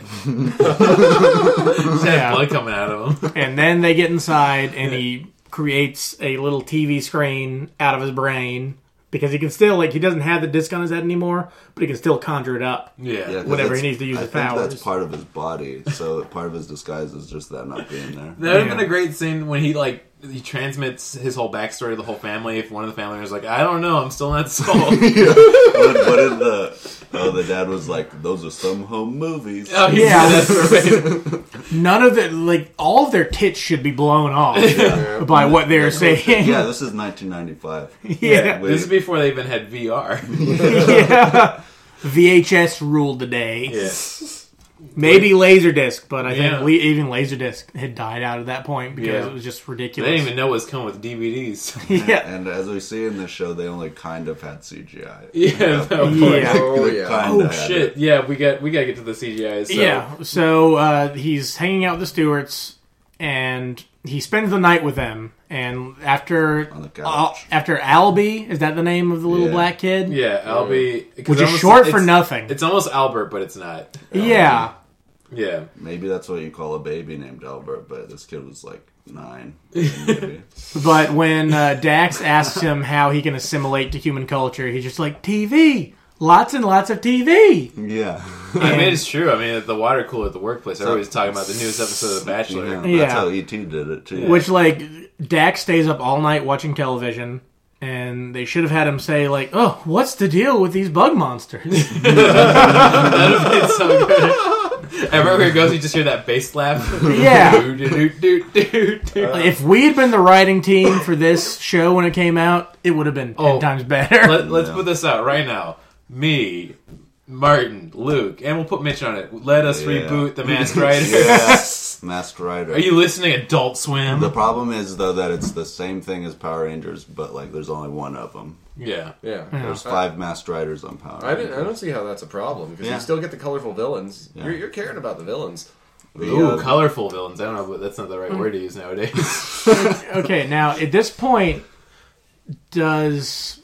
Speaker 3: Yeah.
Speaker 4: Blood coming out of him.
Speaker 3: And then they get inside, and he creates a little TV screen out of his brain because he can still like he doesn't have the disc on his head anymore, but he can still conjure it up.
Speaker 4: Yeah.
Speaker 6: 'cause
Speaker 3: Whatever, he
Speaker 6: that's-
Speaker 3: needs to use
Speaker 6: I
Speaker 3: his
Speaker 6: think
Speaker 3: powers.
Speaker 6: That's part of his body, so part of his disguise is just that not being there.
Speaker 4: That would have
Speaker 3: Yeah.
Speaker 4: been a great scene when he, like, he transmits his whole backstory to the whole family. If one of the family was like, I don't know, I'm still not sold.
Speaker 6: what, what did the oh the dad was like? Those are some home movies.
Speaker 4: oh, he
Speaker 3: Yeah.
Speaker 4: yeah. That's right.
Speaker 3: None of the like all of their tits should be blown off by what they're saying.
Speaker 6: Yeah, this is 1995.
Speaker 3: Yeah.
Speaker 6: Wait,
Speaker 4: This is before they even had VR.
Speaker 3: Yeah. VHS ruled the day.
Speaker 4: Yeah.
Speaker 3: Maybe Laserdisc, but I think
Speaker 4: Yeah.
Speaker 3: le- even Laserdisc had died out at that point because
Speaker 4: Yeah.
Speaker 3: it was just
Speaker 4: They
Speaker 3: ridiculous.
Speaker 4: didn't even know what's coming with DVDs.
Speaker 3: yeah.
Speaker 6: and as we see in this show, they only kind of had CGI.
Speaker 4: yeah, that was-
Speaker 3: Yeah.
Speaker 5: Oh,
Speaker 6: They
Speaker 5: yeah.
Speaker 6: kinda
Speaker 4: Oh
Speaker 6: had
Speaker 4: shit! Yeah, we got we gotta get to the CGI. So.
Speaker 3: Yeah. So uh, he's hanging out with the Stewarts, and he spends the night with them. And after
Speaker 6: On the couch.
Speaker 3: Al- after Albie, is that the name of the little
Speaker 6: Yeah.
Speaker 3: black kid?
Speaker 4: yeah, Albie, 'cause
Speaker 3: Which
Speaker 4: it
Speaker 3: is
Speaker 4: almost-
Speaker 3: short for
Speaker 4: it's-
Speaker 3: nothing.
Speaker 4: It's almost Albert, but it's not.
Speaker 3: yeah.
Speaker 4: Yeah,
Speaker 6: Maybe that's what you call a baby named Albert, but this kid was like nine. Maybe.
Speaker 3: But when uh, Dax asks him how he can assimilate to human culture, he's just like TV, lots and lots of TV.
Speaker 6: yeah.
Speaker 4: I mean it's true. I mean at the water cooler at the workplace, everybody's talking about the newest episode of The Bachelor.
Speaker 6: yeah.
Speaker 3: Yeah.
Speaker 6: That's how ET did it too.
Speaker 3: Which like Dax stays up all night watching television, and they should have had him say like, "Oh, what's the deal with these bug monsters?"
Speaker 4: It's so good. Everywhere he goes, you just hear that bass laugh.
Speaker 3: Yeah.
Speaker 4: Do, do, do, do, do.
Speaker 3: If we had been the writing team for this show when it came out, it would have been ten
Speaker 4: Oh.
Speaker 3: times better.
Speaker 4: Let, let's put this out right now. Me, Martin, Luke, and we'll put Mitch on it. Let us
Speaker 6: Yeah.
Speaker 4: reboot the Masked Rider.
Speaker 6: Yes. Masked Rider.
Speaker 4: Are you listening, Adult Swim?
Speaker 6: the problem is though that it's the same thing as Power Rangers, but like there's only one of them.
Speaker 4: yeah.
Speaker 5: Yeah.
Speaker 6: There's five Masked Riders on Power.
Speaker 5: I, didn't, I don't see how that's a problem because
Speaker 6: Yeah.
Speaker 5: you still get the colorful villains. You're, you're caring about the villains.
Speaker 6: The,
Speaker 4: Ooh,
Speaker 6: uh,
Speaker 4: colorful villains. I don't know, but that's not the
Speaker 3: Mm.
Speaker 4: right word to use nowadays.
Speaker 3: okay, now at this point, does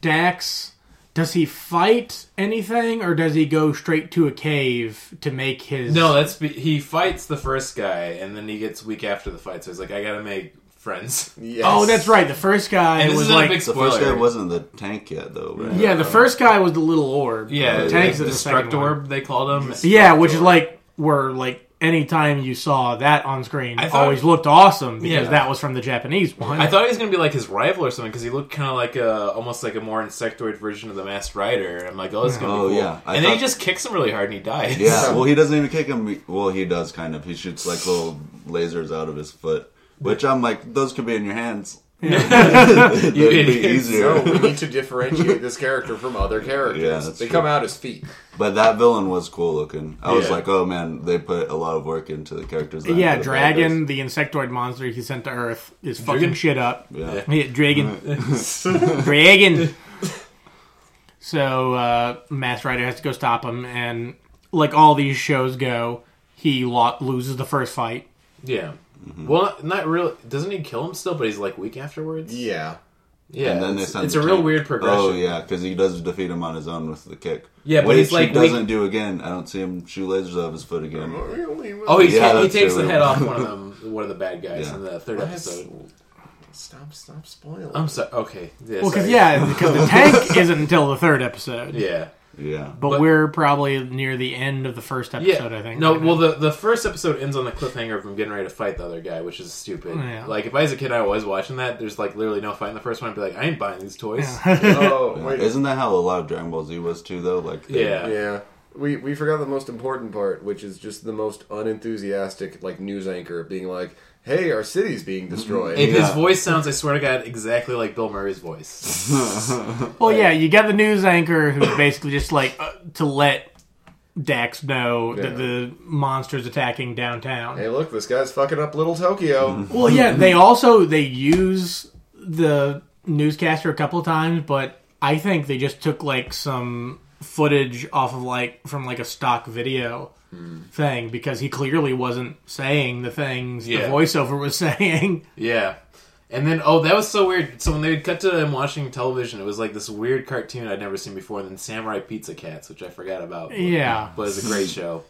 Speaker 3: Dax does he fight anything, or does he go straight to a cave to make his?
Speaker 4: no, that's be- he fights the first guy, and then he gets weak after the fight. So he's like, I gotta make friends.
Speaker 5: Yes.
Speaker 3: Oh, that's right. The first guy
Speaker 4: And this
Speaker 3: was
Speaker 4: isn't a
Speaker 3: like,
Speaker 4: big
Speaker 6: the
Speaker 4: spoiler.
Speaker 6: first guy wasn't the tank yet though, right?
Speaker 3: yeah, the first guy was the little orb.
Speaker 4: yeah,
Speaker 3: the
Speaker 4: the
Speaker 3: tanks is the second
Speaker 4: Destructor
Speaker 3: one.
Speaker 4: Orb, they called him.
Speaker 3: Yeah, which is like were like anytime you saw that on screen,
Speaker 4: I thought-
Speaker 3: always looked awesome because
Speaker 4: Yeah.
Speaker 3: that was from the Japanese one.
Speaker 4: I thought he was gonna be like his rival or something because he looked kind of like a almost like a more insectoid version of the Masked Rider. I'm like, oh, this is gonna
Speaker 6: Oh,
Speaker 4: be cool.
Speaker 6: yeah. I
Speaker 4: and then he
Speaker 6: thought-
Speaker 4: just kicks him really hard and he dies.
Speaker 6: Yeah, well, he doesn't even kick him. Well, he does kind of. He shoots like little lasers out of his foot, which I'm like, those could be in your hands. That'd be
Speaker 4: idiots.
Speaker 5: No,
Speaker 6: easier.
Speaker 5: we need to differentiate this character from other characters.
Speaker 6: Yeah, that's
Speaker 5: they
Speaker 6: true.
Speaker 5: come out as feet.
Speaker 6: But that villain was cool looking. I was
Speaker 4: Yeah.
Speaker 6: like, oh man, they put a lot of work into the characters. that
Speaker 3: Yeah,
Speaker 6: could have
Speaker 3: Dragon, the insectoid monster he sent to Earth, is fucking
Speaker 4: Dragon?
Speaker 3: shit up.
Speaker 6: had this. Yeah.
Speaker 3: Yeah, Dragon. Dragon! So, uh, Mass Rider has to go stop him, and like all these shows go, he lo- loses the first fight.
Speaker 4: Yeah.
Speaker 6: Mm-hmm.
Speaker 4: Well, not really. Doesn't he kill him still? But he's like weak afterwards.
Speaker 5: Yeah.
Speaker 4: Yeah.
Speaker 6: And then they
Speaker 4: it's,
Speaker 6: send
Speaker 4: it's
Speaker 6: the
Speaker 4: a real
Speaker 6: tank.
Speaker 4: weird progression.
Speaker 6: Oh yeah, because he does defeat him on his own with the kick.
Speaker 4: Yeah, but
Speaker 6: Which
Speaker 4: he's like
Speaker 6: he
Speaker 4: we-
Speaker 6: doesn't do again. I don't see him shoot lasers out of his foot again.
Speaker 4: Oh, he,
Speaker 6: Yeah,
Speaker 4: ta- he
Speaker 6: that's
Speaker 4: takes the
Speaker 6: true.
Speaker 4: head off one of them, one of the bad guys
Speaker 6: Yeah.
Speaker 4: in the third episode.
Speaker 5: Stop! Stop spoiling.
Speaker 4: I'm sorry. Okay. Yeah.
Speaker 3: Well, because
Speaker 4: sorry.
Speaker 3: yeah, because the tank isn't until the third episode.
Speaker 4: Yeah.
Speaker 6: Yeah,
Speaker 3: But,
Speaker 4: But-
Speaker 3: we're probably near the end of the first
Speaker 4: Yeah.
Speaker 3: episode, I think. uh,
Speaker 4: No,
Speaker 3: right
Speaker 4: well,
Speaker 3: now.
Speaker 4: the, the first episode ends on the cliffhanger of him getting ready to fight the other guy, which is stupid.
Speaker 3: Yeah.
Speaker 4: Like, if I was a kid, I was watching that. There's like literally no fight in the first one. I'd be like, I ain't buying these toys.
Speaker 5: oh wait.
Speaker 6: isn't that how a lot of Dragon Ball Z was too though? Like they-
Speaker 4: Yeah.
Speaker 5: Yeah. We we forgot the most important part, which is just the most unenthusiastic like news anchor being like, "Hey, our city's being destroyed."
Speaker 4: If his
Speaker 6: Yeah.
Speaker 4: voice sounds, I swear to God, exactly like Bill Murray's voice.
Speaker 3: Well, yeah, you got the news anchor who's basically just like uh, to let Dax know that
Speaker 5: Yeah.
Speaker 3: the monster's attacking downtown.
Speaker 5: Hey, look, this guy's fucking up Little
Speaker 4: Mm-hmm.
Speaker 5: Tokyo.
Speaker 3: Well, yeah, they also they use the newscaster a couple of times, but I think they just took like some footage off of like from like a stock video thing because he clearly wasn't saying the things the
Speaker 4: Yeah.
Speaker 3: voiceover was saying.
Speaker 4: yeah. And then, oh, that was so weird. So when they would cut to him watching television, it was like this weird cartoon I'd never seen before, and then Samurai Pizza Cats, which I forgot about.
Speaker 3: Yeah.
Speaker 4: but it's a great show.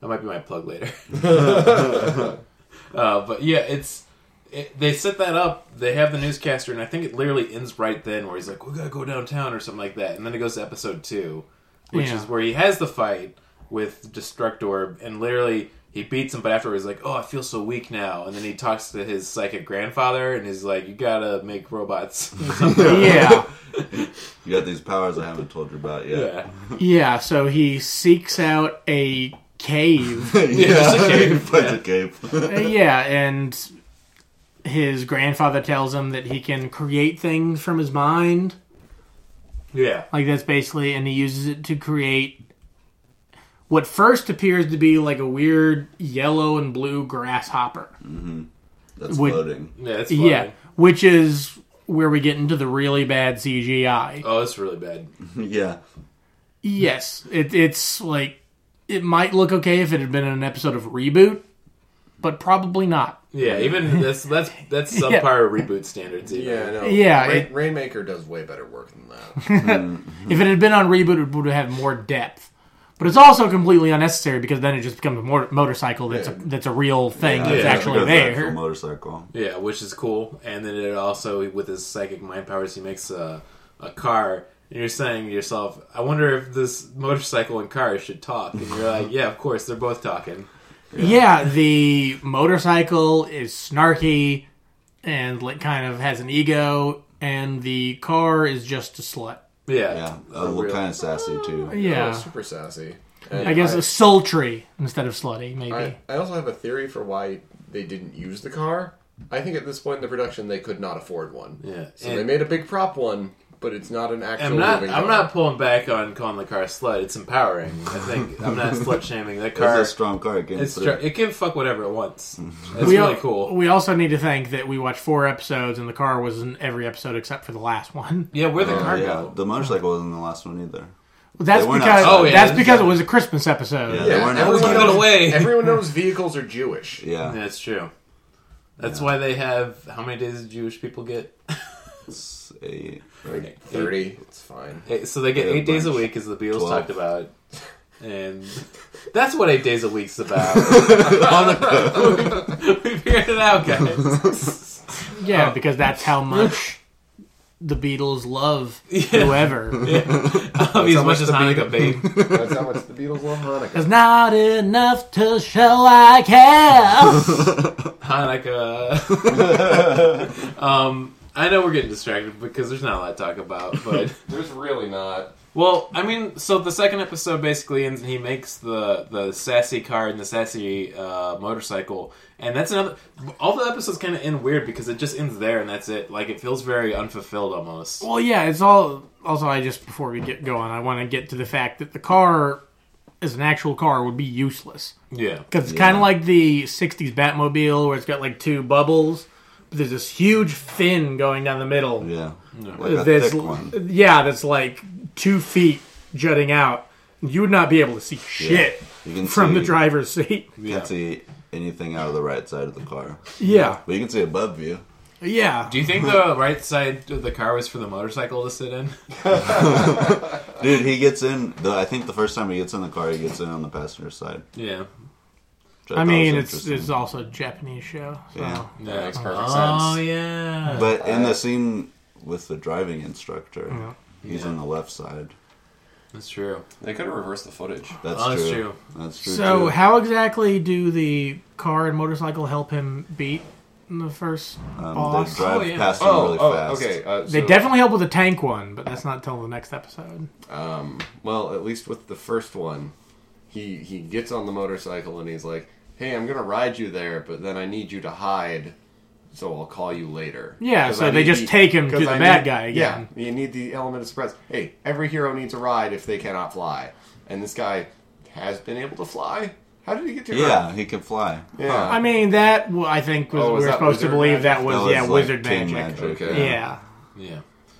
Speaker 4: That might be my plug later. uh, but yeah, it's it, they set that up. They have the newscaster, and I think it literally ends right then, where he's like, "We gotta go downtown" or something like that, and then it goes to episode two, which
Speaker 3: Yeah.
Speaker 4: is where he has the fight with Destructor, and literally he beats him. But afterwards, he's like, "Oh, I feel so weak now," and then he talks to his psychic grandfather, and he's like, "You gotta make robots." or something.
Speaker 3: Yeah.
Speaker 6: you got these powers I haven't told you about yet.
Speaker 4: yeah,
Speaker 3: yeah, so he seeks out a cave
Speaker 4: just a cape,
Speaker 6: he finds a cape.
Speaker 3: Uh, yeah, and his grandfather tells him that he can create things from his mind.
Speaker 4: yeah,
Speaker 3: Like that's basically, and he uses it to create what first appears to be like a weird yellow and blue grasshopper.
Speaker 6: That's
Speaker 3: Would-
Speaker 6: floating.
Speaker 4: yeah. That's
Speaker 3: Yeah,
Speaker 4: funny.
Speaker 3: which is where we get into the really bad CGI.
Speaker 4: Oh, it's really bad.
Speaker 6: Yeah,
Speaker 3: Yes, it, it's like it might look okay if it had been an episode of reboot, but probably not.
Speaker 4: Yeah, even that's that's that's subpar
Speaker 3: Yeah.
Speaker 4: reboot standards. Even.
Speaker 5: yeah, no.
Speaker 3: Yeah,
Speaker 5: Rain,
Speaker 3: it-
Speaker 5: Rainmaker does way better work than that.
Speaker 3: If it had been on reboot, it would have had more depth. But it's also completely unnecessary because then it just becomes a mor- motorcycle that's a, that's a real thing that's
Speaker 4: Yeah,
Speaker 3: actually
Speaker 6: Because the actual
Speaker 3: there.
Speaker 6: motorcycle.
Speaker 4: Yeah, which is cool. And then it also with his psychic mind powers, he makes a a car. And you're saying to yourself, I wonder if this motorcycle and car should talk. And you're like, Yeah, of course, they're both talking.
Speaker 3: Yeah, the motorcycle is snarky and like kind of has an ego, and the car is just a slut.
Speaker 4: Yeah,
Speaker 6: Yeah,
Speaker 4: it's
Speaker 6: uh,
Speaker 4: real-
Speaker 6: kind of sassy too.
Speaker 5: Oh,
Speaker 3: Yeah,
Speaker 5: super sassy.
Speaker 3: I guess
Speaker 5: I,
Speaker 3: a sultry instead of slutty, maybe.
Speaker 5: I, I also have a theory for why they didn't use the car. I think at this point in the production, they could not afford one.
Speaker 4: Yeah,
Speaker 5: So
Speaker 4: and-
Speaker 5: they made a big prop one, but it's not an actual.
Speaker 4: I'm not.
Speaker 5: living
Speaker 4: I'm
Speaker 5: car.
Speaker 4: not pulling back on calling the car a slut. It's empowering. I think I'm not slut shaming that
Speaker 6: It's
Speaker 4: car.
Speaker 6: a strong Mm-hmm. car. It gets
Speaker 4: It's
Speaker 6: through.
Speaker 4: tr- it can fuck whatever it wants. It's
Speaker 3: we,
Speaker 4: really
Speaker 3: al-
Speaker 4: cool.
Speaker 3: we also need to think that we watched four episodes and the car was in every episode except for the last one.
Speaker 4: Yeah, where the car
Speaker 6: Oh, yeah,
Speaker 4: go?
Speaker 6: the motorcycle wasn't the last one either.
Speaker 3: That's
Speaker 6: They weren't
Speaker 3: because
Speaker 4: Oh,
Speaker 6: outside.
Speaker 4: yeah,
Speaker 3: that's
Speaker 4: that's
Speaker 3: because it
Speaker 4: right.
Speaker 3: was a Christmas episode.
Speaker 5: Yeah,
Speaker 6: Yeah, they weren't
Speaker 5: everyone
Speaker 6: outside.
Speaker 5: knows,
Speaker 4: it away.
Speaker 5: everyone knows vehicles are Jewish.
Speaker 6: Yeah,
Speaker 4: That's true. That's why they have how many days do Jewish people get?
Speaker 6: it's a-
Speaker 5: Like Thirty. It's fine.
Speaker 4: Eight- Eh, So they get
Speaker 6: Yeah,
Speaker 4: eight days a
Speaker 6: bunch.
Speaker 4: week, as the Beatles
Speaker 6: Twelve.
Speaker 4: talked about, and that's what eight days a week's about. On the- we figured it out, guys.
Speaker 3: Yeah,
Speaker 4: Oh.
Speaker 3: because that's how much the Beatles love whoever.
Speaker 4: I mean, as much as Hanukkah, babe.
Speaker 5: That's how much the Beatles love Hanukkah.
Speaker 3: It's not enough to show I care.
Speaker 4: Hanukkah. um, I know we're getting distracted because there's not a lot to talk about, but.
Speaker 5: There's really not.
Speaker 4: Well, I mean, so the second episode basically ends, and he makes the the sassy car and the sassy uh, motorcycle, and that's another. All the episodes kind of end weird because it just ends there, and that's it. Like it feels very unfulfilled almost.
Speaker 3: well, yeah, it's all. Also, I just before we get going, I want to get to the fact that the car, as an actual car, would be useless
Speaker 4: Yeah,
Speaker 3: because it's kind of like the '60s Batmobile, where it's got like two bubbles, but there's this huge fin going down the middle.
Speaker 6: yeah, like a
Speaker 3: that's
Speaker 6: thick one.
Speaker 3: yeah, that's like two feet jutting out. You would not be able to see shit
Speaker 6: You can
Speaker 3: from
Speaker 6: see-
Speaker 3: the driver's seat.
Speaker 6: Can't see anything out of the right side of the car.
Speaker 3: Yeah.
Speaker 6: But you can see above you.
Speaker 3: Yeah.
Speaker 4: Do you think the right side of the car was for the motorcycle to sit in?
Speaker 6: Dude, he gets in. The, I think the first time he gets in the car, he gets in on the passenger side.
Speaker 4: Yeah.
Speaker 6: which
Speaker 3: I,
Speaker 6: thought
Speaker 3: mean,
Speaker 6: was
Speaker 3: it's
Speaker 6: interesting.
Speaker 3: it's also a Japanese show. So.
Speaker 6: Yeah.
Speaker 4: No.
Speaker 1: That makes perfect
Speaker 4: oh
Speaker 1: sense.
Speaker 4: yeah.
Speaker 6: But in the scene with the driving instructor, he's on the left side.
Speaker 4: that's true.
Speaker 1: They could have reversed the footage.
Speaker 6: That's,
Speaker 4: Oh, that's
Speaker 6: true.
Speaker 4: true.
Speaker 6: That's true.
Speaker 3: So
Speaker 6: too.
Speaker 3: how exactly do the car and motorcycle help him beat the first
Speaker 6: um, they
Speaker 3: boss?
Speaker 6: drive
Speaker 4: Oh, yeah.
Speaker 6: past him
Speaker 5: Oh,
Speaker 6: really
Speaker 5: oh,
Speaker 6: fast.
Speaker 5: okay. Uh,
Speaker 3: They
Speaker 5: so-
Speaker 3: definitely help with the tank one, but that's not till the next episode.
Speaker 5: Well, at least with the first one, he he gets on the motorcycle and he's like, "Hey, I'm gonna ride you there, but then I need you to hide, so I'll call you later."
Speaker 3: Yeah,
Speaker 5: 'Cause
Speaker 3: so
Speaker 5: I
Speaker 3: they
Speaker 5: need
Speaker 3: just take him to
Speaker 5: 'cause
Speaker 3: the bad
Speaker 5: need-
Speaker 3: guy again.
Speaker 5: Yeah, you need the element of surprise. Hey, every hero needs a ride if they cannot fly, and this guy has been able to fly. How did he get to
Speaker 6: Yeah,
Speaker 5: Earth?
Speaker 6: he can fly.
Speaker 5: Yeah,
Speaker 3: I mean, that w- I think was,
Speaker 5: Uh, Oh, was
Speaker 3: we were
Speaker 5: that
Speaker 3: supposed to
Speaker 5: wizard
Speaker 3: believe
Speaker 5: magic?
Speaker 3: that was,
Speaker 6: That was,
Speaker 3: yeah
Speaker 6: like,
Speaker 3: wizard
Speaker 6: king
Speaker 3: magic.
Speaker 6: magic,
Speaker 5: Okay.
Speaker 3: Yeah.
Speaker 5: yeah.
Speaker 4: Yeah.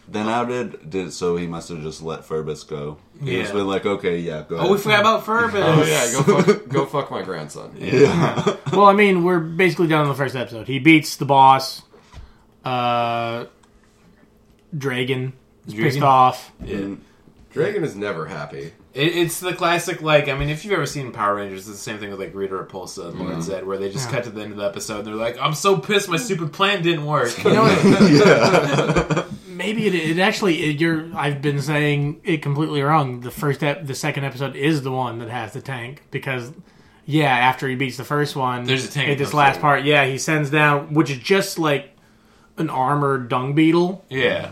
Speaker 6: Then how did did so he must have just let Furbus go? He
Speaker 4: Yeah.
Speaker 6: was been like, okay, yeah, go.
Speaker 4: Oh, we forgot about Furbus.
Speaker 5: Oh yeah, go fuck, go fuck my grandson.
Speaker 3: Well, I mean, we're basically done in the first episode. He beats the boss. Uh, Dragon is pissed
Speaker 4: Dragon.
Speaker 3: off.
Speaker 5: Dragon is never happy.
Speaker 4: It, it's the classic, like, I mean, if you've ever seen Power Rangers, it's the same thing with, like, Rita Repulsa and Lord Zed, where they just cut to the end of the episode and they're like, I'm so pissed my stupid plan didn't work. You know,
Speaker 3: Maybe it, it actually it, you're. I've been saying it completely wrong. The first ep, the second episode is the one that has the tank because. Yeah, after he beats the first one,
Speaker 4: There's a tank
Speaker 3: At this
Speaker 4: episode.
Speaker 3: last part, yeah, he sends down, which is just like an armored dung beetle.
Speaker 4: yeah.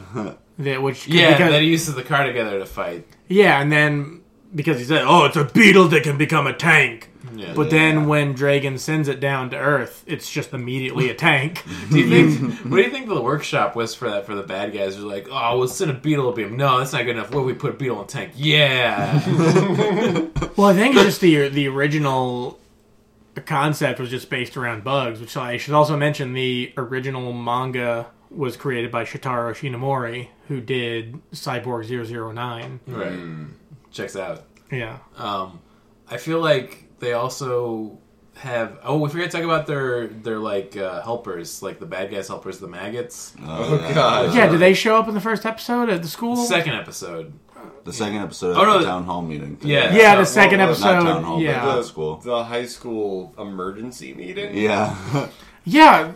Speaker 3: That which
Speaker 4: Yeah,
Speaker 3: because-
Speaker 4: that he uses the car together to fight.
Speaker 3: Yeah, and then because he said, "Oh, it's a beetle that can become a tank."
Speaker 4: Yeah.
Speaker 3: But then when Dragon sends it down to Earth, it's just immediately a tank.
Speaker 4: do you think, what do you think the workshop was for that, for the bad guys? They're like, oh, we'll send a beetle up him. No, that's not good enough. What if we put a beetle in a tank? Yeah.
Speaker 3: well, I think it's just the the original concept was just based around bugs, which I should also mention the original manga was created by Shitaro Shinomori, who did Cyborg 009.
Speaker 4: right. Checks out.
Speaker 3: Yeah.
Speaker 4: Um, I feel like they also have. Oh, we forgot to talk about their their like uh, helpers, like the bad guys' helpers, the maggots.
Speaker 6: Oh,
Speaker 5: God.
Speaker 3: Yeah, did they show up in the first episode at the school?
Speaker 4: Second episode.
Speaker 6: The second episode of
Speaker 4: Oh, no,
Speaker 6: the
Speaker 4: the-
Speaker 6: town hall meeting. thing.
Speaker 4: Yeah.
Speaker 3: yeah, the
Speaker 5: Well,
Speaker 3: second
Speaker 5: well,
Speaker 6: not
Speaker 3: episode.
Speaker 6: town hall, but
Speaker 3: yeah.
Speaker 6: the-
Speaker 5: The,
Speaker 6: That's cool.
Speaker 5: the high school emergency meeting.
Speaker 6: yeah.
Speaker 3: Yeah,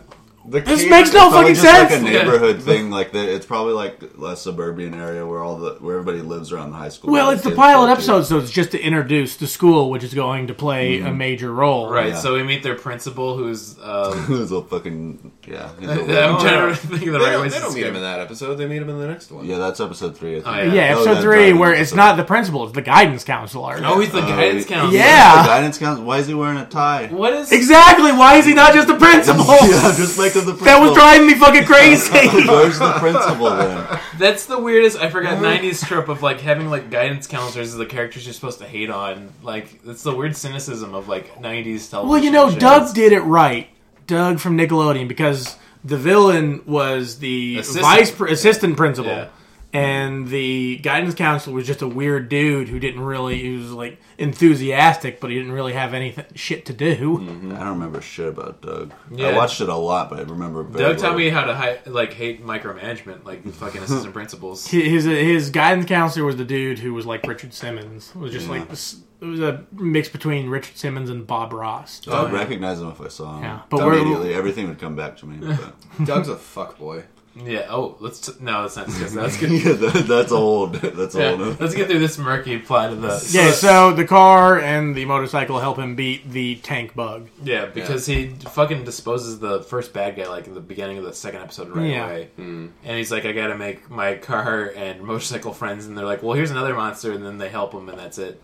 Speaker 5: The
Speaker 3: This
Speaker 5: kid-
Speaker 3: makes no fucking
Speaker 6: Probably just
Speaker 3: sense.
Speaker 6: like a neighborhood thing. Like the, it's probably like a suburban area where all the where everybody lives around the high school.
Speaker 3: Well,
Speaker 6: All
Speaker 3: it's the
Speaker 6: kids
Speaker 3: pilot
Speaker 6: go to.
Speaker 3: episode, so it's just to introduce the school, which is going to play a major role.
Speaker 4: Right.
Speaker 6: Yeah.
Speaker 4: So we meet their principal, who's. Um,
Speaker 6: Who's a fucking yeah? he's a
Speaker 4: Uh, I'm
Speaker 6: weirdo.
Speaker 4: trying to think of the
Speaker 5: They
Speaker 4: right
Speaker 5: don't,
Speaker 4: way.
Speaker 5: they
Speaker 4: to
Speaker 5: don't meet
Speaker 4: describe
Speaker 5: him in
Speaker 4: it.
Speaker 5: that episode. They meet him in the next one.
Speaker 6: Yeah, that's episode three. I think.
Speaker 4: Oh, yeah.
Speaker 3: Yeah,
Speaker 6: Oh,
Speaker 3: episode
Speaker 6: that
Speaker 3: three,
Speaker 6: driving
Speaker 3: where it's
Speaker 6: episode.
Speaker 3: not the principal, it's the guidance counselor.
Speaker 4: Oh, he's the guidance
Speaker 6: he-
Speaker 4: counselor.
Speaker 3: Yeah. Oh.
Speaker 6: The guidance counselor. Why is he wearing a tie?
Speaker 4: What is
Speaker 3: Exactly. Why is he not just the principal?
Speaker 6: yeah, just make him the principal.
Speaker 3: that was driving me fucking crazy.
Speaker 6: Where's the principal then?
Speaker 4: that's the weirdest I forgot '90s trope of like having like guidance counselors as the characters you're supposed to hate on. Like that's the weird cynicism of like '90s television.
Speaker 3: well, you know,
Speaker 4: shows.
Speaker 3: Doug did it right. Doug from Nickelodeon, because the villain was the
Speaker 4: Assistant.
Speaker 3: vice pr- assistant principal.
Speaker 4: Yeah.
Speaker 3: And the guidance counselor was just a weird dude who didn't really, he was like enthusiastic, but he didn't really have anything shit to do.
Speaker 6: I don't remember shit about Doug. I
Speaker 4: Yeah.
Speaker 6: watched it a lot, but I remember. Very
Speaker 4: Doug taught
Speaker 6: little.
Speaker 4: me how to hi- like hate micromanagement, like the fucking assistant principals.
Speaker 3: his his guidance counselor was the dude who was like Richard Simmons. It was just like this, it was a mix between Richard Simmons and Bob Ross.
Speaker 6: I would recognize him if I saw him.
Speaker 3: Yeah, but
Speaker 6: but
Speaker 3: we're-
Speaker 6: immediately everything would come back to me. But.
Speaker 5: Doug's a fuck boy.
Speaker 4: Yeah. Oh, let's t- no, let's not discuss that. Let's get
Speaker 6: yeah, that, that's old. That's
Speaker 4: yeah,
Speaker 6: old.
Speaker 4: let's get through this murky plot of the
Speaker 3: Yeah, so the car and the motorcycle help him beat the tank bug.
Speaker 4: yeah because he fucking disposes the first bad guy like at the beginning of the second episode right
Speaker 3: Yeah.
Speaker 4: away, and he's like, I gotta make my car and motorcycle friends, and they're like, well, here's another monster, and then they help him, and that's it.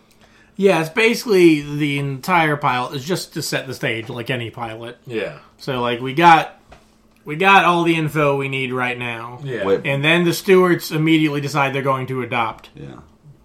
Speaker 3: Yeah, it's basically the entire pilot is just to set the stage, like any pilot.
Speaker 4: Yeah.
Speaker 3: So like we got we got all the info we need right now,
Speaker 4: Yeah.
Speaker 6: Wait,
Speaker 3: and then the Stewarts immediately decide they're going to adopt.
Speaker 6: yeah.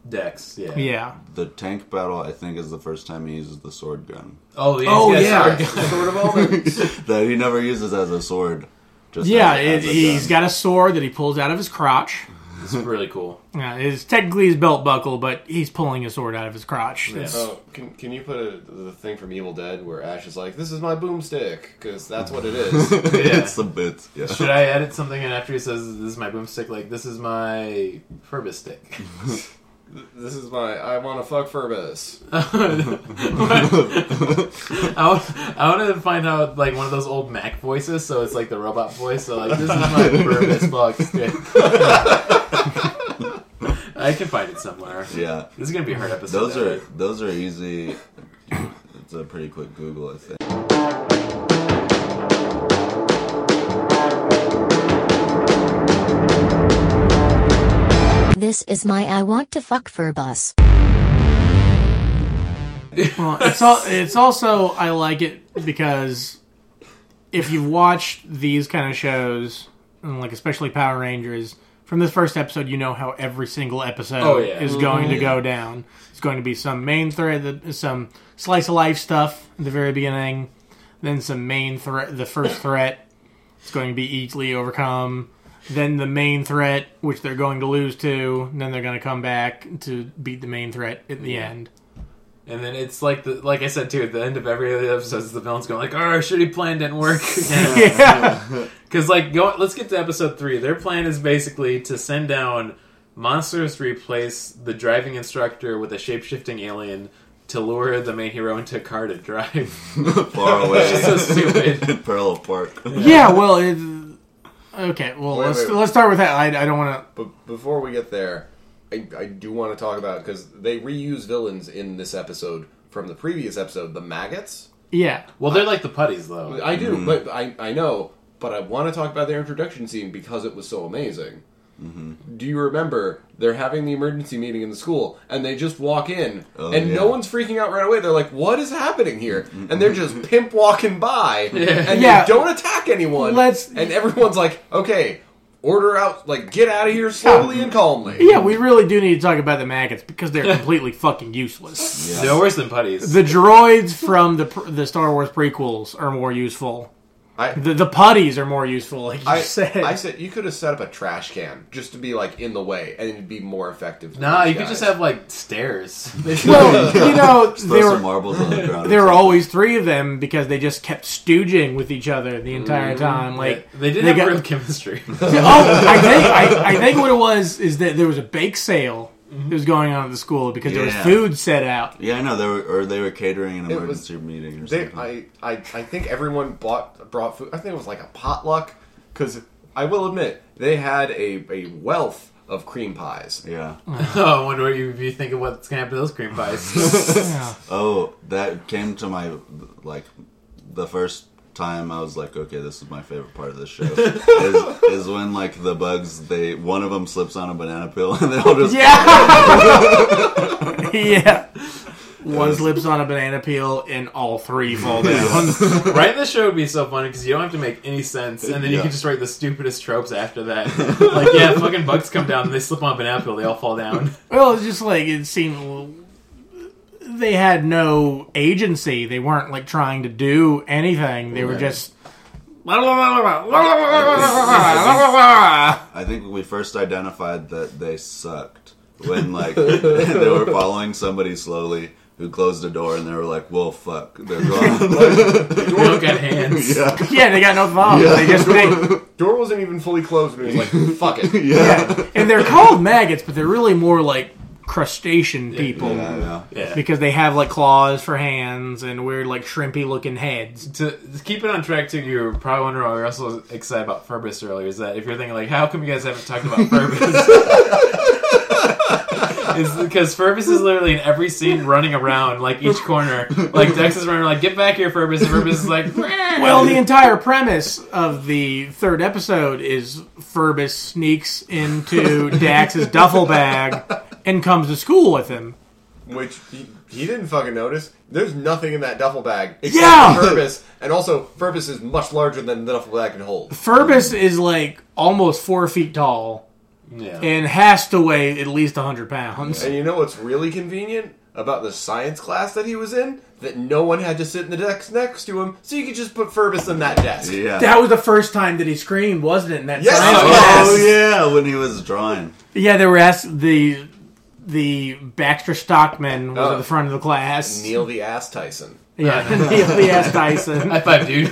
Speaker 4: Dex. Yeah.
Speaker 3: Yeah,
Speaker 6: The tank battle, I think, is the first time he uses the sword gun
Speaker 4: Oh yeah.
Speaker 3: Oh,
Speaker 4: he's got
Speaker 3: yeah.
Speaker 4: a sword gun.
Speaker 5: Sort of all that.
Speaker 6: that he never uses as a sword. Just
Speaker 3: yeah,
Speaker 6: as,
Speaker 3: it,
Speaker 6: as a
Speaker 3: he's
Speaker 6: gun.
Speaker 3: got a sword that he pulls out of his crotch.
Speaker 4: It's really cool.
Speaker 3: Yeah, it's technically his belt buckle, but he's pulling his sword out of his crotch. That's-
Speaker 5: Oh, can, can you put a, the thing from Evil Dead where Ash is like, "This is my boomstick," because that's what it is.
Speaker 4: Yeah.
Speaker 6: it's the bits. Yeah.
Speaker 4: Should I edit something in after he says, "This is my boomstick"? Like, this is my furbus stick.
Speaker 5: this is my I want to fuck Furbus.
Speaker 4: I want, I want to find out like one of those old Mac voices, so it's like the robot voice. So like, this is my furbus box stick. I can find it somewhere.
Speaker 6: Yeah.
Speaker 4: This is gonna be a hard episode.
Speaker 6: Those
Speaker 4: to
Speaker 6: are
Speaker 4: edit.
Speaker 6: those are easy. It's a pretty quick Google, I think.
Speaker 8: This is my I want to fuck fur bus.
Speaker 3: Well, it's all, it's also I like it because if you've watched these kind of shows, and like especially Power Rangers, from this first episode, you know how every single episode
Speaker 4: Oh, yeah.
Speaker 3: is going to go down. It's going to be some main thread, that some slice of life stuff at the very beginning, then some main threat, the first threat. It's going to be easily overcome. Then the main threat, which they're going to lose to, and then they're going to come back to beat the main threat at the end.
Speaker 4: And then it's like the like I said too. At the end of every other episode, the villain's going like, "Oh, our shitty plan didn't work." Because like, go, let's get to episode three. Their plan is basically to send down monsters to replace the driving instructor with a shape shifting alien to lure the main hero into a car to drive.
Speaker 6: Far away.
Speaker 4: so stupid.
Speaker 6: in Parallel Park.
Speaker 3: Yeah, well, it, okay. Well, let's
Speaker 5: wait, wait.
Speaker 3: let's start with that. I, I don't want to.
Speaker 5: But before we get there, I, I do want to talk about because they reuse villains in this episode from the previous episode, the maggots.
Speaker 3: Yeah,
Speaker 4: Well, they're like the putties though.
Speaker 5: I do, but I I know, but I want to talk about their introduction scene because it was so amazing. Do you remember they're having the emergency meeting in the school and they just walk in and
Speaker 6: yeah.
Speaker 5: no one's freaking out right away? They're like, "What is happening here?" And they're just pimp walking by and
Speaker 3: Yeah.
Speaker 5: they don't attack anyone.
Speaker 3: Let's-
Speaker 5: and everyone's like, "Okay, order out, like get out of here slowly and calmly."
Speaker 3: yeah. We really do need to talk about the maggots because they're completely fucking useless.
Speaker 6: Yeah.
Speaker 4: They're worse than putties.
Speaker 3: The droids from the pr- the Star Wars prequels are more useful.
Speaker 5: I-
Speaker 3: the the putties are more useful, like you
Speaker 5: I
Speaker 3: said.
Speaker 5: I said you could have set up a trash can just to be like in the way, and it'd be more effective. than
Speaker 4: nah,
Speaker 5: these
Speaker 4: you could just
Speaker 5: guys.
Speaker 4: have like stairs.
Speaker 3: well, you know, they
Speaker 6: Throw some
Speaker 3: were
Speaker 6: marbles on the ground. or
Speaker 3: there were
Speaker 6: something.
Speaker 3: always three of them because they just kept stooging with each other the entire time. Like
Speaker 4: Mm-hmm. they did
Speaker 3: they
Speaker 4: have
Speaker 3: got-
Speaker 4: real chemistry.
Speaker 3: oh, I think I, I think what it was is that there was a bake sale
Speaker 4: Mm-hmm.
Speaker 3: that was going on at the school because there was
Speaker 6: Yeah.
Speaker 3: food set out.
Speaker 6: Yeah, I know. They were, or they were catering an
Speaker 5: was-
Speaker 6: emergency meeting or
Speaker 5: They,
Speaker 6: something.
Speaker 5: I, I, I think everyone bought brought food. I think it was like a potluck because I will admit they had a, a wealth of cream pies.
Speaker 6: yeah.
Speaker 4: oh, I wonder what you you think of what's gonna happen to those cream pies.
Speaker 6: Oh, that came to my like the first time I was like, okay, this is my favorite part of the show. is, is when like the bugs they one of them slips on a banana peel and they all just
Speaker 3: Yeah, yeah. One slips on a banana peel, and all three fall down.
Speaker 4: Writing the show would be so funny because you don't have to make any sense, and then you
Speaker 6: Yeah.
Speaker 4: can just write the stupidest tropes after that. like, yeah, fucking bugs come down and they slip on a banana peel, they all fall down.
Speaker 3: well, it's just like it seemed they had no agency. They weren't like trying to do anything. They were just.
Speaker 6: I think we first identified that they sucked when like they were following somebody slowly who closed the door and they were like, well, fuck, they're gone.
Speaker 4: They don't got hands.
Speaker 3: Yeah, they got no thought. They just they,
Speaker 5: Door wasn't even fully closed, and he was like, "Fuck it."
Speaker 3: and they're called maggots, but they're really more like crustacean people.
Speaker 6: I know.
Speaker 4: Yeah.
Speaker 3: because they have like claws for hands and weird like shrimpy looking heads.
Speaker 4: To, to keep it on track too, you were probably wondering why we were so excited about Furbus earlier. Is that if you're thinking like, how come you guys haven't talked about Furbus? It's because Furbus is literally in every scene running around, like each corner. Like Dex is running, like get back here, Furbus. And Furbus is like,
Speaker 3: Well, the entire premise of the third episode is Furbus sneaks into Dax's duffel bag and comes to school with him.
Speaker 5: Which he, he didn't fucking notice. There's nothing in that duffel bag except
Speaker 3: Yeah!
Speaker 5: Furbus, and also Furbus is much larger than the duffel bag can hold.
Speaker 3: Furbus is like almost four feet tall
Speaker 4: yeah.
Speaker 3: and has to weigh at least 100 pounds.
Speaker 5: And you know what's really convenient? about the science class that he was in that no one had to sit in the desk next to him, so you could just put Furbus in that desk.
Speaker 6: Yeah.
Speaker 3: That was the first time that he screamed, wasn't it? In that
Speaker 5: Yes!
Speaker 3: science
Speaker 5: Oh,
Speaker 3: class.
Speaker 6: oh yeah, when he was drawing.
Speaker 3: Yeah, they were asked the the Baxter Stockman was
Speaker 5: Oh.
Speaker 3: at the front of the class.
Speaker 5: Neil the Ass Tyson.
Speaker 3: Yeah, Neil the ass Dyson.
Speaker 4: High five, dude.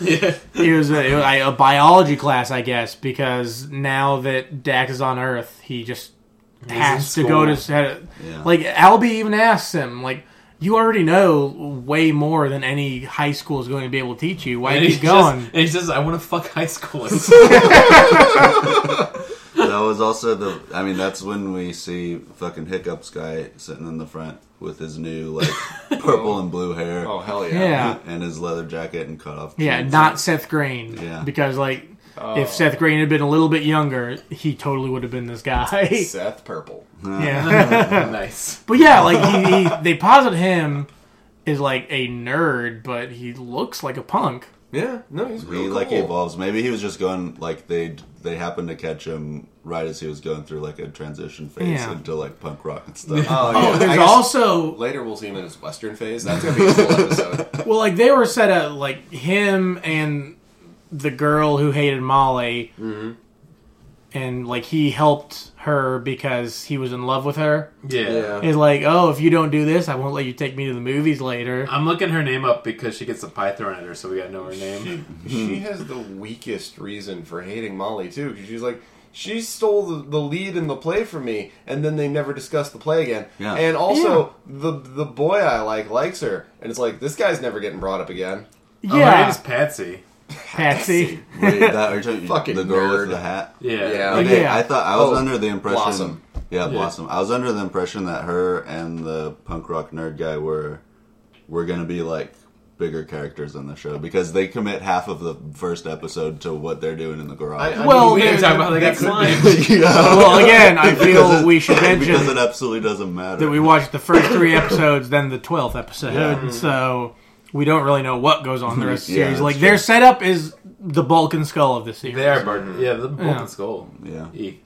Speaker 4: yeah.
Speaker 3: He was a, it was a- a biology class, I guess, because now that Dax is on Earth, he just has to
Speaker 4: in
Speaker 3: go
Speaker 4: school.
Speaker 3: to had-
Speaker 6: Yeah.
Speaker 3: like Albie even asks him like. You already know way more than any high school is going to be able to teach you. Why
Speaker 4: And
Speaker 3: keep
Speaker 4: he's
Speaker 3: going?
Speaker 4: Just, and he says, "I want to fuck high schoolers."
Speaker 6: That was also the. I mean, that's when we see fucking Hiccups guy sitting in the front with his new like purple and blue hair.
Speaker 5: Oh hell yeah!
Speaker 3: yeah,
Speaker 6: and his leather jacket and cut off.
Speaker 3: yeah,
Speaker 6: jeans.
Speaker 3: not Seth Green.
Speaker 6: Yeah.
Speaker 3: because like
Speaker 4: Oh.
Speaker 3: if Seth Green had been a little bit younger, he totally would have been this guy.
Speaker 5: Seth Purple.
Speaker 3: yeah.
Speaker 4: nice.
Speaker 3: But yeah, like he, he they posit him as like a nerd, but he looks like a punk.
Speaker 5: Yeah, no, he's real
Speaker 6: He
Speaker 5: cool.
Speaker 6: like evolves. Maybe he was just going like they they happened to catch him right as he was going through like a transition phase
Speaker 3: Yeah.
Speaker 6: into like punk rock and stuff.
Speaker 5: Oh, yeah.
Speaker 3: Oh,
Speaker 5: I
Speaker 3: there's
Speaker 5: guess
Speaker 3: also
Speaker 5: later we'll see him in his Western phase. That's gonna be a cool episode.
Speaker 3: well, like they were set up like him and the girl who hated Molly, and like he helped her because he was in love with her.
Speaker 4: Yeah.
Speaker 5: Yeah.
Speaker 3: Is like, oh, if you don't do this, I won't let you take me to the movies later.
Speaker 4: I'm looking her name up because she gets a pie thrown at her, so we gotta know her name.
Speaker 5: she has the weakest reason for hating Molly too, because she's like. She stole the, the lead in the play from me, and then they never discussed the play again.
Speaker 6: Yeah.
Speaker 5: And also, the the boy I like likes her, and it's like this guy's never getting brought up again.
Speaker 4: Oh, her name
Speaker 3: yeah,
Speaker 4: is Patsy.
Speaker 3: Patsy.
Speaker 6: Wait, that are you talking-
Speaker 5: Fucking
Speaker 6: the girl
Speaker 5: nerd.
Speaker 6: with the hat?
Speaker 4: Yeah.
Speaker 5: Yeah.
Speaker 6: Okay,
Speaker 3: Yeah.
Speaker 6: I thought I was
Speaker 5: Oh,
Speaker 6: under the impression.
Speaker 5: Blossom.
Speaker 6: Yeah, Blossom. I was under the impression that her and the punk rock nerd guy were were gonna be like bigger characters on the show because they commit half of the first episode to what they're doing in the garage.
Speaker 5: I- I
Speaker 3: Well,
Speaker 4: we didn't
Speaker 3: there's-
Speaker 4: talk about how they got
Speaker 5: could be-
Speaker 4: slimed.
Speaker 3: well, again, I
Speaker 6: Because
Speaker 3: feel
Speaker 6: it-
Speaker 3: we should
Speaker 6: because
Speaker 3: mention
Speaker 6: it absolutely doesn't matter.
Speaker 3: that we watched the first three episodes, then the twelfth episode, so we don't really know what goes on the rest of the
Speaker 6: Yeah,
Speaker 3: series.
Speaker 6: that's
Speaker 3: Like
Speaker 6: true.
Speaker 3: their setup is the bulk and skull of the series,
Speaker 4: They are burden. Yeah, the Bolton
Speaker 3: Yeah.
Speaker 4: Skull.
Speaker 6: yeah.
Speaker 4: E.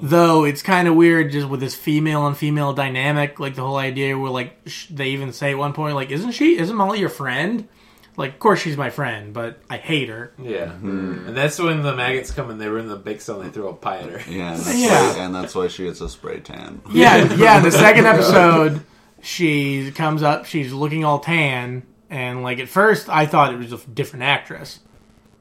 Speaker 3: though it's kind of weird just with this female and female dynamic. Like the whole idea where like sh- they even say at one point like, "Isn't she? Isn't Molly your friend?" Like, of course she's my friend, but I hate her.
Speaker 4: Yeah.
Speaker 3: Hmm.
Speaker 4: And that's when the maggots come and they were in the bake sale and they throw a pie at her.
Speaker 6: Yeah, and that's,
Speaker 3: Yeah.
Speaker 6: Why, and that's why she gets a spray tan.
Speaker 3: Yeah, yeah. in The second episode, she comes up. She's looking all tan, and like at first, I thought it was a different actress.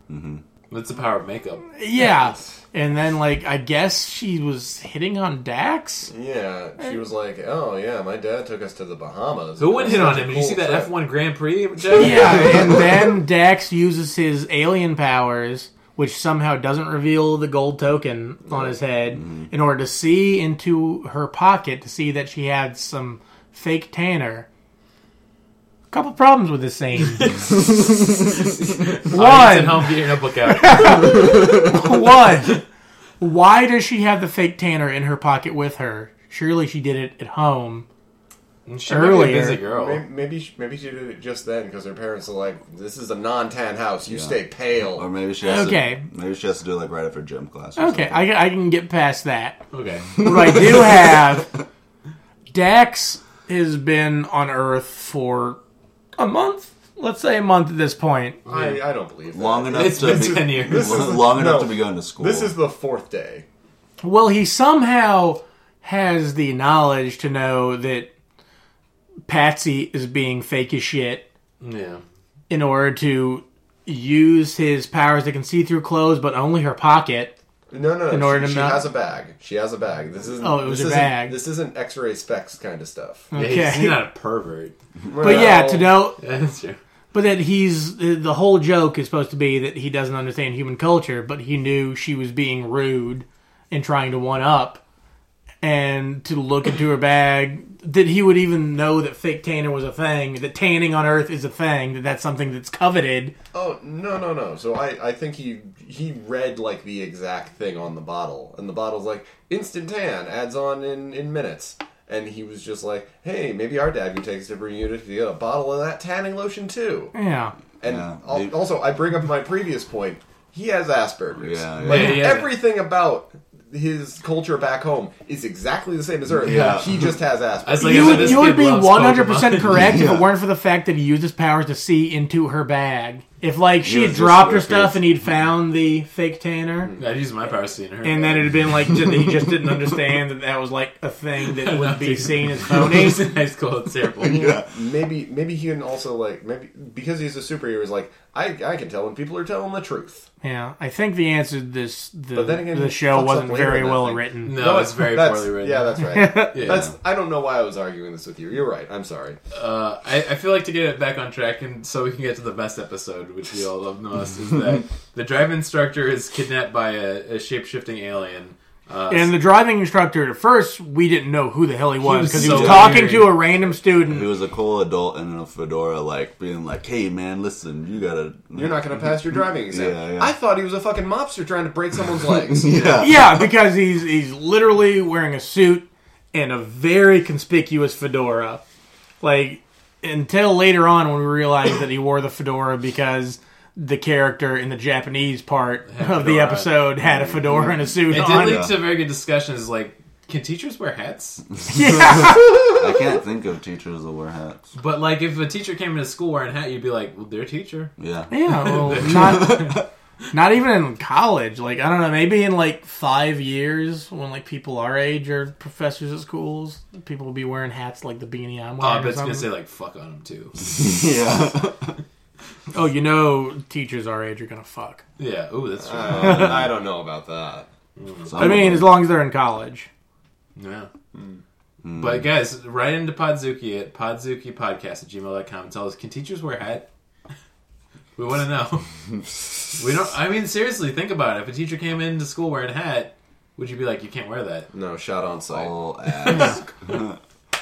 Speaker 4: That's the power of makeup.
Speaker 3: Yeah. And then, like, I guess she was hitting on Dax?
Speaker 5: Yeah, she was like, "Oh yeah, my dad took us to the Bahamas."
Speaker 4: Who went hit on
Speaker 5: Such a
Speaker 4: him? Did you
Speaker 5: cool
Speaker 4: see that
Speaker 5: trip.
Speaker 4: F1 Grand Prix? Jeff?
Speaker 3: and then Dax uses his alien powers, which somehow doesn't reveal the gold token on his head, in order to see into her pocket to see that she had some fake tanner. Couple problems with this scene.
Speaker 4: Audience at
Speaker 3: One.
Speaker 4: home, get your notebook out.
Speaker 3: One, why does she have the fake tanner in her pocket with her? Surely she did it at home.
Speaker 4: She might be
Speaker 3: Earlier.
Speaker 4: a busy girl.
Speaker 5: Maybe maybe she, maybe she did it just then because her parents are like, "This is a non-tan house. You stay pale."
Speaker 6: Or maybe she has
Speaker 3: Okay.
Speaker 6: to. Maybe she has to do it, like right after gym class. Or
Speaker 3: Okay,
Speaker 6: something.
Speaker 3: I, I can get past that.
Speaker 4: Okay.
Speaker 3: What I do have, Dax has been on Earth for a month. Let's say a month at this point.
Speaker 5: I, I don't believe that.
Speaker 6: long enough
Speaker 4: It's
Speaker 6: to
Speaker 4: been
Speaker 6: be,
Speaker 4: 10 years.
Speaker 6: long enough
Speaker 5: no.
Speaker 6: to be going to school.
Speaker 5: This is the fourth day.
Speaker 3: Well, he somehow has the knowledge to know that Patsy is being fake as shit
Speaker 4: Yeah.
Speaker 3: in order to use his powers that can see through clothes, but only her pocket.
Speaker 5: No, no,
Speaker 3: In
Speaker 5: no.
Speaker 3: order to
Speaker 5: She, she
Speaker 3: not-
Speaker 5: has a bag. She has a bag. This isn't.
Speaker 3: Oh, it was
Speaker 5: this
Speaker 3: a
Speaker 5: isn't-
Speaker 3: bag.
Speaker 5: This isn't X-ray specs kind of stuff.
Speaker 4: Yeah,
Speaker 3: Okay.
Speaker 4: He's, he's not a pervert.
Speaker 3: But yeah, to know,
Speaker 4: Yeah, that's true.
Speaker 3: but that he's the whole joke is supposed to be that he doesn't understand human culture, but he knew she was being rude and trying to one up, and to look into her bag. That he would even know that fake tanner was a thing, that tanning on Earth is a thing, that that's something that's coveted.
Speaker 5: Oh no, no, no. So I, I think he he read like the exact thing on the bottle, and the bottle's like instant tan adds on in in minutes. And he was just like, "Hey, maybe our dad can take us to Bermuda to get a bottle of that tanning lotion too."
Speaker 3: Yeah,
Speaker 5: And
Speaker 6: Yeah,
Speaker 5: al-
Speaker 6: they-
Speaker 5: also, I bring up my previous point. He has Asperger's.
Speaker 6: Yeah,
Speaker 5: Like
Speaker 4: yeah. Yeah, yeah.
Speaker 5: everything about his culture back home is exactly the same as Earth.
Speaker 6: Yeah.
Speaker 5: He just has
Speaker 4: I was
Speaker 5: Asperger's.
Speaker 4: like,
Speaker 3: you
Speaker 4: I bet
Speaker 3: would,
Speaker 4: this
Speaker 3: you
Speaker 4: kid
Speaker 3: would be
Speaker 4: loves
Speaker 3: 100%
Speaker 4: Pokemon.
Speaker 3: correct if
Speaker 6: Yeah.
Speaker 3: it weren't for the fact that he used his powers to see into her bag. If, like, she had
Speaker 6: was
Speaker 3: dropped her Mm-hmm.
Speaker 6: just working.
Speaker 3: stuff and he'd found the fake Tanner,
Speaker 4: I'd use my power scene.
Speaker 3: and then it'd been like, j- he just didn't understand that that was, like, a thing that would be seen as phony.
Speaker 4: in high school. It's terrible.
Speaker 6: Yeah.
Speaker 5: maybe maybe he can also like maybe because he's a superhero. He's like I I can tell when people are telling the truth.
Speaker 3: Yeah, I think the answer to this, the,
Speaker 5: But then again,
Speaker 3: the
Speaker 5: he fucks
Speaker 3: show
Speaker 5: up
Speaker 3: wasn't
Speaker 5: later
Speaker 3: very
Speaker 5: in that
Speaker 3: well
Speaker 5: thing.
Speaker 3: written.
Speaker 4: No, it's very
Speaker 5: That's-
Speaker 4: poorly written.
Speaker 5: Yeah, that's right.
Speaker 4: Yeah.
Speaker 5: That's I don't know why I was arguing this with you. You're right. I'm sorry.
Speaker 4: Uh, I, I feel like to get it back on track, and so we can get to the best episode, which we all love most, is that the drive instructor is kidnapped by a, a shape shifting alien. Uh,
Speaker 3: And the driving instructor, at first, we didn't know who the hell he was
Speaker 4: was
Speaker 3: because he
Speaker 4: so
Speaker 3: was, talking
Speaker 4: weird.
Speaker 3: to a random student.
Speaker 6: He was a cool adult in a fedora, like being like, "Hey, man, listen, you gotta."
Speaker 5: You're not gonna pass your driving exam.
Speaker 6: Yeah, yeah.
Speaker 5: I thought he was a fucking mobster trying to break someone's legs.
Speaker 6: Yeah.
Speaker 3: Yeah, because he's he's literally wearing a suit and a very conspicuous fedora. Like until later on when we realized that he wore the fedora because the character in the Japanese part of the
Speaker 4: fedora. Mm.
Speaker 3: episode had a fedora and a suit
Speaker 4: it
Speaker 3: on.
Speaker 4: did lead to very good discussions like, can teachers wear hats?
Speaker 6: I can't think of teachers that wear hats.
Speaker 4: But like, if a teacher came into school wearing a hat, you'd be like, "Well, they're a teacher."
Speaker 6: Yeah.
Speaker 3: Yeah, well, not not even in college. Like I don't know, maybe in like five years when like people our age are professors at schools, people will be wearing hats like the beanie I'm
Speaker 4: Oh,
Speaker 3: wearing.
Speaker 4: I
Speaker 3: or
Speaker 4: bet it's gonna
Speaker 3: something.
Speaker 4: say like "fuck" on them too.
Speaker 6: Yeah.
Speaker 3: oh, you know, teachers our age are gonna fuck.
Speaker 4: Yeah. Ooh, that's true.
Speaker 5: Uh, I don't know about that.
Speaker 6: Some
Speaker 3: I
Speaker 6: of
Speaker 3: mean,
Speaker 6: them-
Speaker 3: as long as they're in college.
Speaker 4: Yeah.
Speaker 5: Hmm.
Speaker 3: Hmm.
Speaker 4: But guys, write into Podzuki at podzukipodcast at gmail.com and tell us, can teachers wear hat? We want to know. we don't, I mean, seriously, think about it. If a teacher came into school wearing a hat, would you be like, you can't wear that?
Speaker 5: No, shot on sight.
Speaker 4: Oh.
Speaker 6: I'll ask.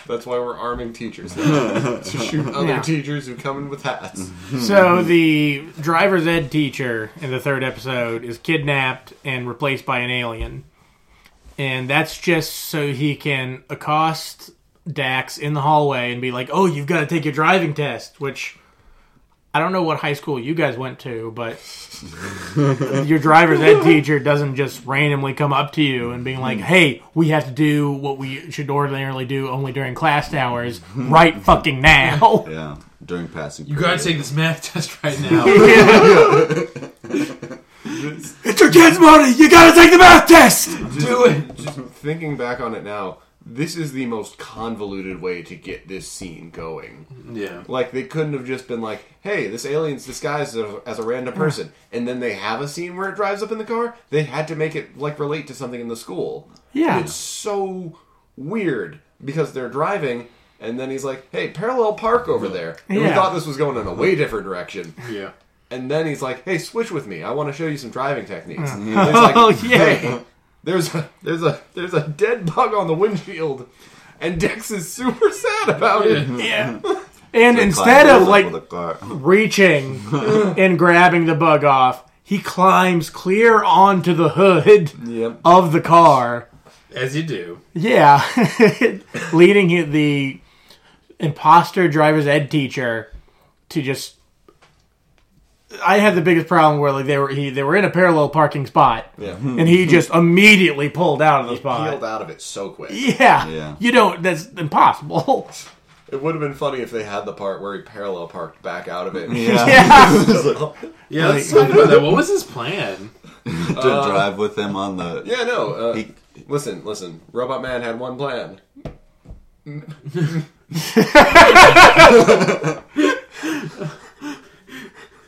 Speaker 5: That's why we're arming teachers now, to shoot other
Speaker 3: Yeah.
Speaker 5: teachers who come in with hats.
Speaker 3: So the driver's ed teacher in the third episode is kidnapped and replaced by an alien. And that's just so he can accost Dax in the hallway and be like, "Oh, you've got to take your driving test," which I don't know what high school you guys went to, but your driver's ed teacher doesn't just randomly come up to you and being like, "Hey, we have to do what we should ordinarily do only during class hours right fucking now."
Speaker 6: Yeah. During passing.
Speaker 4: You
Speaker 6: period.
Speaker 4: gotta take this math test right now.
Speaker 3: It's your kid's money. You gotta take the math test.
Speaker 5: Do it. Just thinking back on it now, this is the most convoluted way to get this scene going.
Speaker 4: yeah.
Speaker 5: Like they couldn't have just been like, "Hey, this alien's disguised as a, as a random person," and then they have a scene where it drives up in the car. They had to make it like relate to something in the school.
Speaker 3: Yeah.
Speaker 5: it's so weird because they're driving. And then he's like, "Hey, parallel park over there." And we
Speaker 3: Yeah.
Speaker 5: thought this was going in a way different direction.
Speaker 4: Yeah.
Speaker 5: And then he's like, "Hey, switch with me. I want to show you some driving techniques." And he's like,
Speaker 3: Oh, yeah.
Speaker 5: "Hey, there's a there's a there's a dead bug on the windshield, and Dex is super sad about it."
Speaker 3: Yeah. And
Speaker 6: Climb
Speaker 3: instead of
Speaker 6: over
Speaker 3: like
Speaker 6: the car.
Speaker 3: reaching and grabbing the bug off, he climbs clear onto the hood
Speaker 5: Yep.
Speaker 3: of the car.
Speaker 4: As you do.
Speaker 3: Yeah, leading the imposter driver's ed teacher to just. I had the biggest problem where like they were he, they were in a parallel parking spot
Speaker 5: Yeah,
Speaker 3: and he just immediately pulled out of the spot.
Speaker 5: peeled out of it so quick.
Speaker 3: Yeah.
Speaker 6: Yeah.
Speaker 3: You don't, that's impossible.
Speaker 5: It would have been funny if they had the part where he parallel parked back out of it.
Speaker 6: Yeah.
Speaker 3: Yeah.
Speaker 4: Yeah, let's talk about that. What was his plan?
Speaker 6: to drive with him on the.
Speaker 5: Yeah, no. Uh,
Speaker 6: He-
Speaker 5: listen, listen. Robot Man had one plan.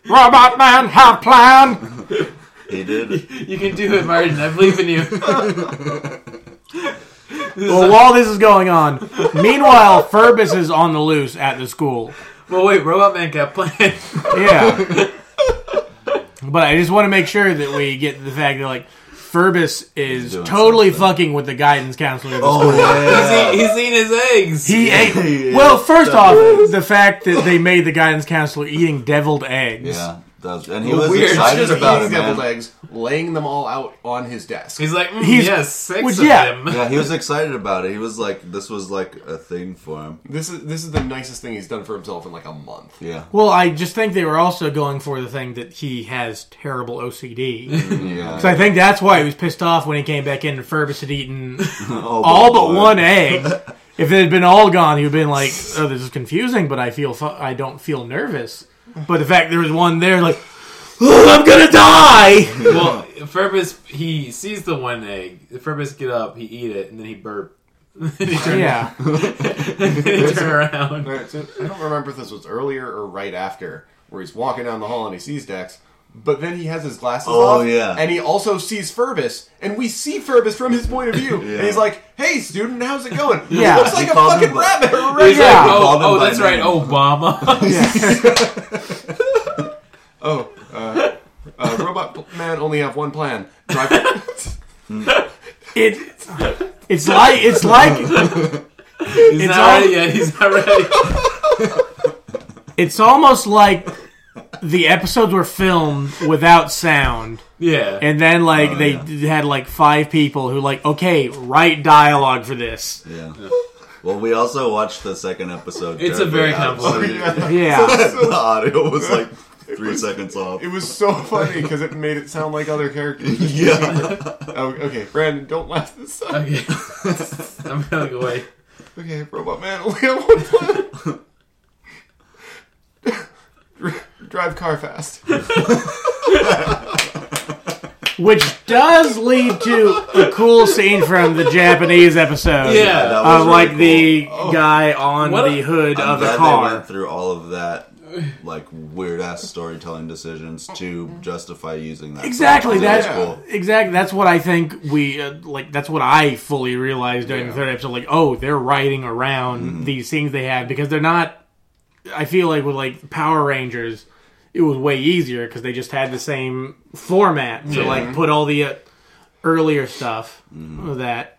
Speaker 3: Robot man have plan.
Speaker 6: He did. it.
Speaker 4: You can do it, Martin. I believe in you.
Speaker 3: Well, Oh, while this is going on, meanwhile, Furbus is on the loose at the school.
Speaker 4: Well, wait, Robot Man got planned.
Speaker 3: Yeah. But I just want to make sure that we get the fact that, like, Furbus is
Speaker 6: doing
Speaker 3: totally fucking with the guidance counselor. Of the school.
Speaker 6: Oh yeah.
Speaker 4: He's, eat, he's eating his eggs.
Speaker 3: He ate. Well, first off, the fact that they made the guidance counselor eating deviled eggs.
Speaker 6: yeah. That was, and he was
Speaker 5: Weird.
Speaker 6: excited
Speaker 5: Just
Speaker 6: about
Speaker 5: eating
Speaker 6: it,
Speaker 5: deviled
Speaker 6: man.
Speaker 5: eggs, laying them all out on his desk.
Speaker 4: He's like, mm,
Speaker 3: He's-
Speaker 4: yes, six
Speaker 3: Well,
Speaker 4: of
Speaker 3: yeah.
Speaker 4: them.
Speaker 6: Yeah, he was excited about it. He was like, this was like a thing for him.
Speaker 5: This is this is the nicest thing he's done for himself in like a month.
Speaker 6: Yeah,
Speaker 3: Well, I just think they were also going for the thing that he has terrible OCD.
Speaker 6: yeah.
Speaker 3: so I think that's why he was pissed off when he came back in and Fergus had eaten
Speaker 6: all,
Speaker 3: all but one egg. If it had been all gone, he would have been like, "Oh, this is confusing," but I feel fu- I don't feel nervous. But the fact there was one there, like, "Ugh, I'm gonna die.
Speaker 4: Well, Furbus, he sees the one egg. Furbus get up, he eat it, and then he burp. then he turn,
Speaker 3: yeah,
Speaker 4: then he turn around.
Speaker 5: Alright, so I don't remember if this was earlier or right after, where he's walking down the hall and he sees Dex, but then he has his glasses
Speaker 6: Oh,
Speaker 5: off,
Speaker 6: yeah.
Speaker 5: and he also sees Furbus, and we see Furbus from his point of view, and he's like, "Hey, student, how's it going? He
Speaker 3: Yeah.
Speaker 5: looks like
Speaker 6: He
Speaker 5: a
Speaker 6: called
Speaker 5: fucking
Speaker 6: him-
Speaker 5: rabbit or a
Speaker 4: He's
Speaker 5: rat."
Speaker 4: like,
Speaker 3: Yeah.
Speaker 4: oh,
Speaker 6: Called him
Speaker 4: oh,
Speaker 6: by
Speaker 4: that's right,
Speaker 6: name.
Speaker 4: Obama.
Speaker 5: Oh, uh, uh, robot man only have one plan: drive.
Speaker 3: it it's like it's like
Speaker 4: He's
Speaker 3: It's
Speaker 4: not
Speaker 3: all-
Speaker 4: ready yet. He's not ready.
Speaker 3: it's almost like the episodes were filmed without sound,
Speaker 4: Oh, Yeah.
Speaker 3: and then like they d had like five people who like, okay, write dialogue for this.
Speaker 6: Yeah. Well, we also watched the second episode.
Speaker 4: it's a
Speaker 6: during
Speaker 4: very
Speaker 6: the episode.
Speaker 4: complicated.
Speaker 3: Yeah,
Speaker 6: the audio was like three seconds off.
Speaker 5: it was so funny because it made it sound like other characters.
Speaker 6: yeah.
Speaker 5: Oh, okay, Brandon, don't laugh this time.
Speaker 4: Okay. I'm gonna go away.
Speaker 5: Okay, robot man, only have one plan. Dr- Drive car fast.
Speaker 3: which does lead to a cool scene from the Japanese episode.
Speaker 4: Yeah.
Speaker 6: that
Speaker 3: of
Speaker 6: was really
Speaker 3: Uh, like
Speaker 6: cool.
Speaker 3: the guy on
Speaker 4: What a-
Speaker 3: the hood
Speaker 6: I'm
Speaker 3: of the
Speaker 6: glad
Speaker 3: car.
Speaker 6: they went through all of that, like weird ass storytelling decisions to justify using that.
Speaker 3: Exactly.
Speaker 6: song. It was
Speaker 3: That's exactly. That's what I think we uh, like. That's what I fully realized during the third episode. Like, oh, they're riding around these scenes they had because they're not. I feel like with like Power Rangers, it was way easier because they just had the same format to
Speaker 4: Yeah.
Speaker 3: like put all the uh, earlier stuff that.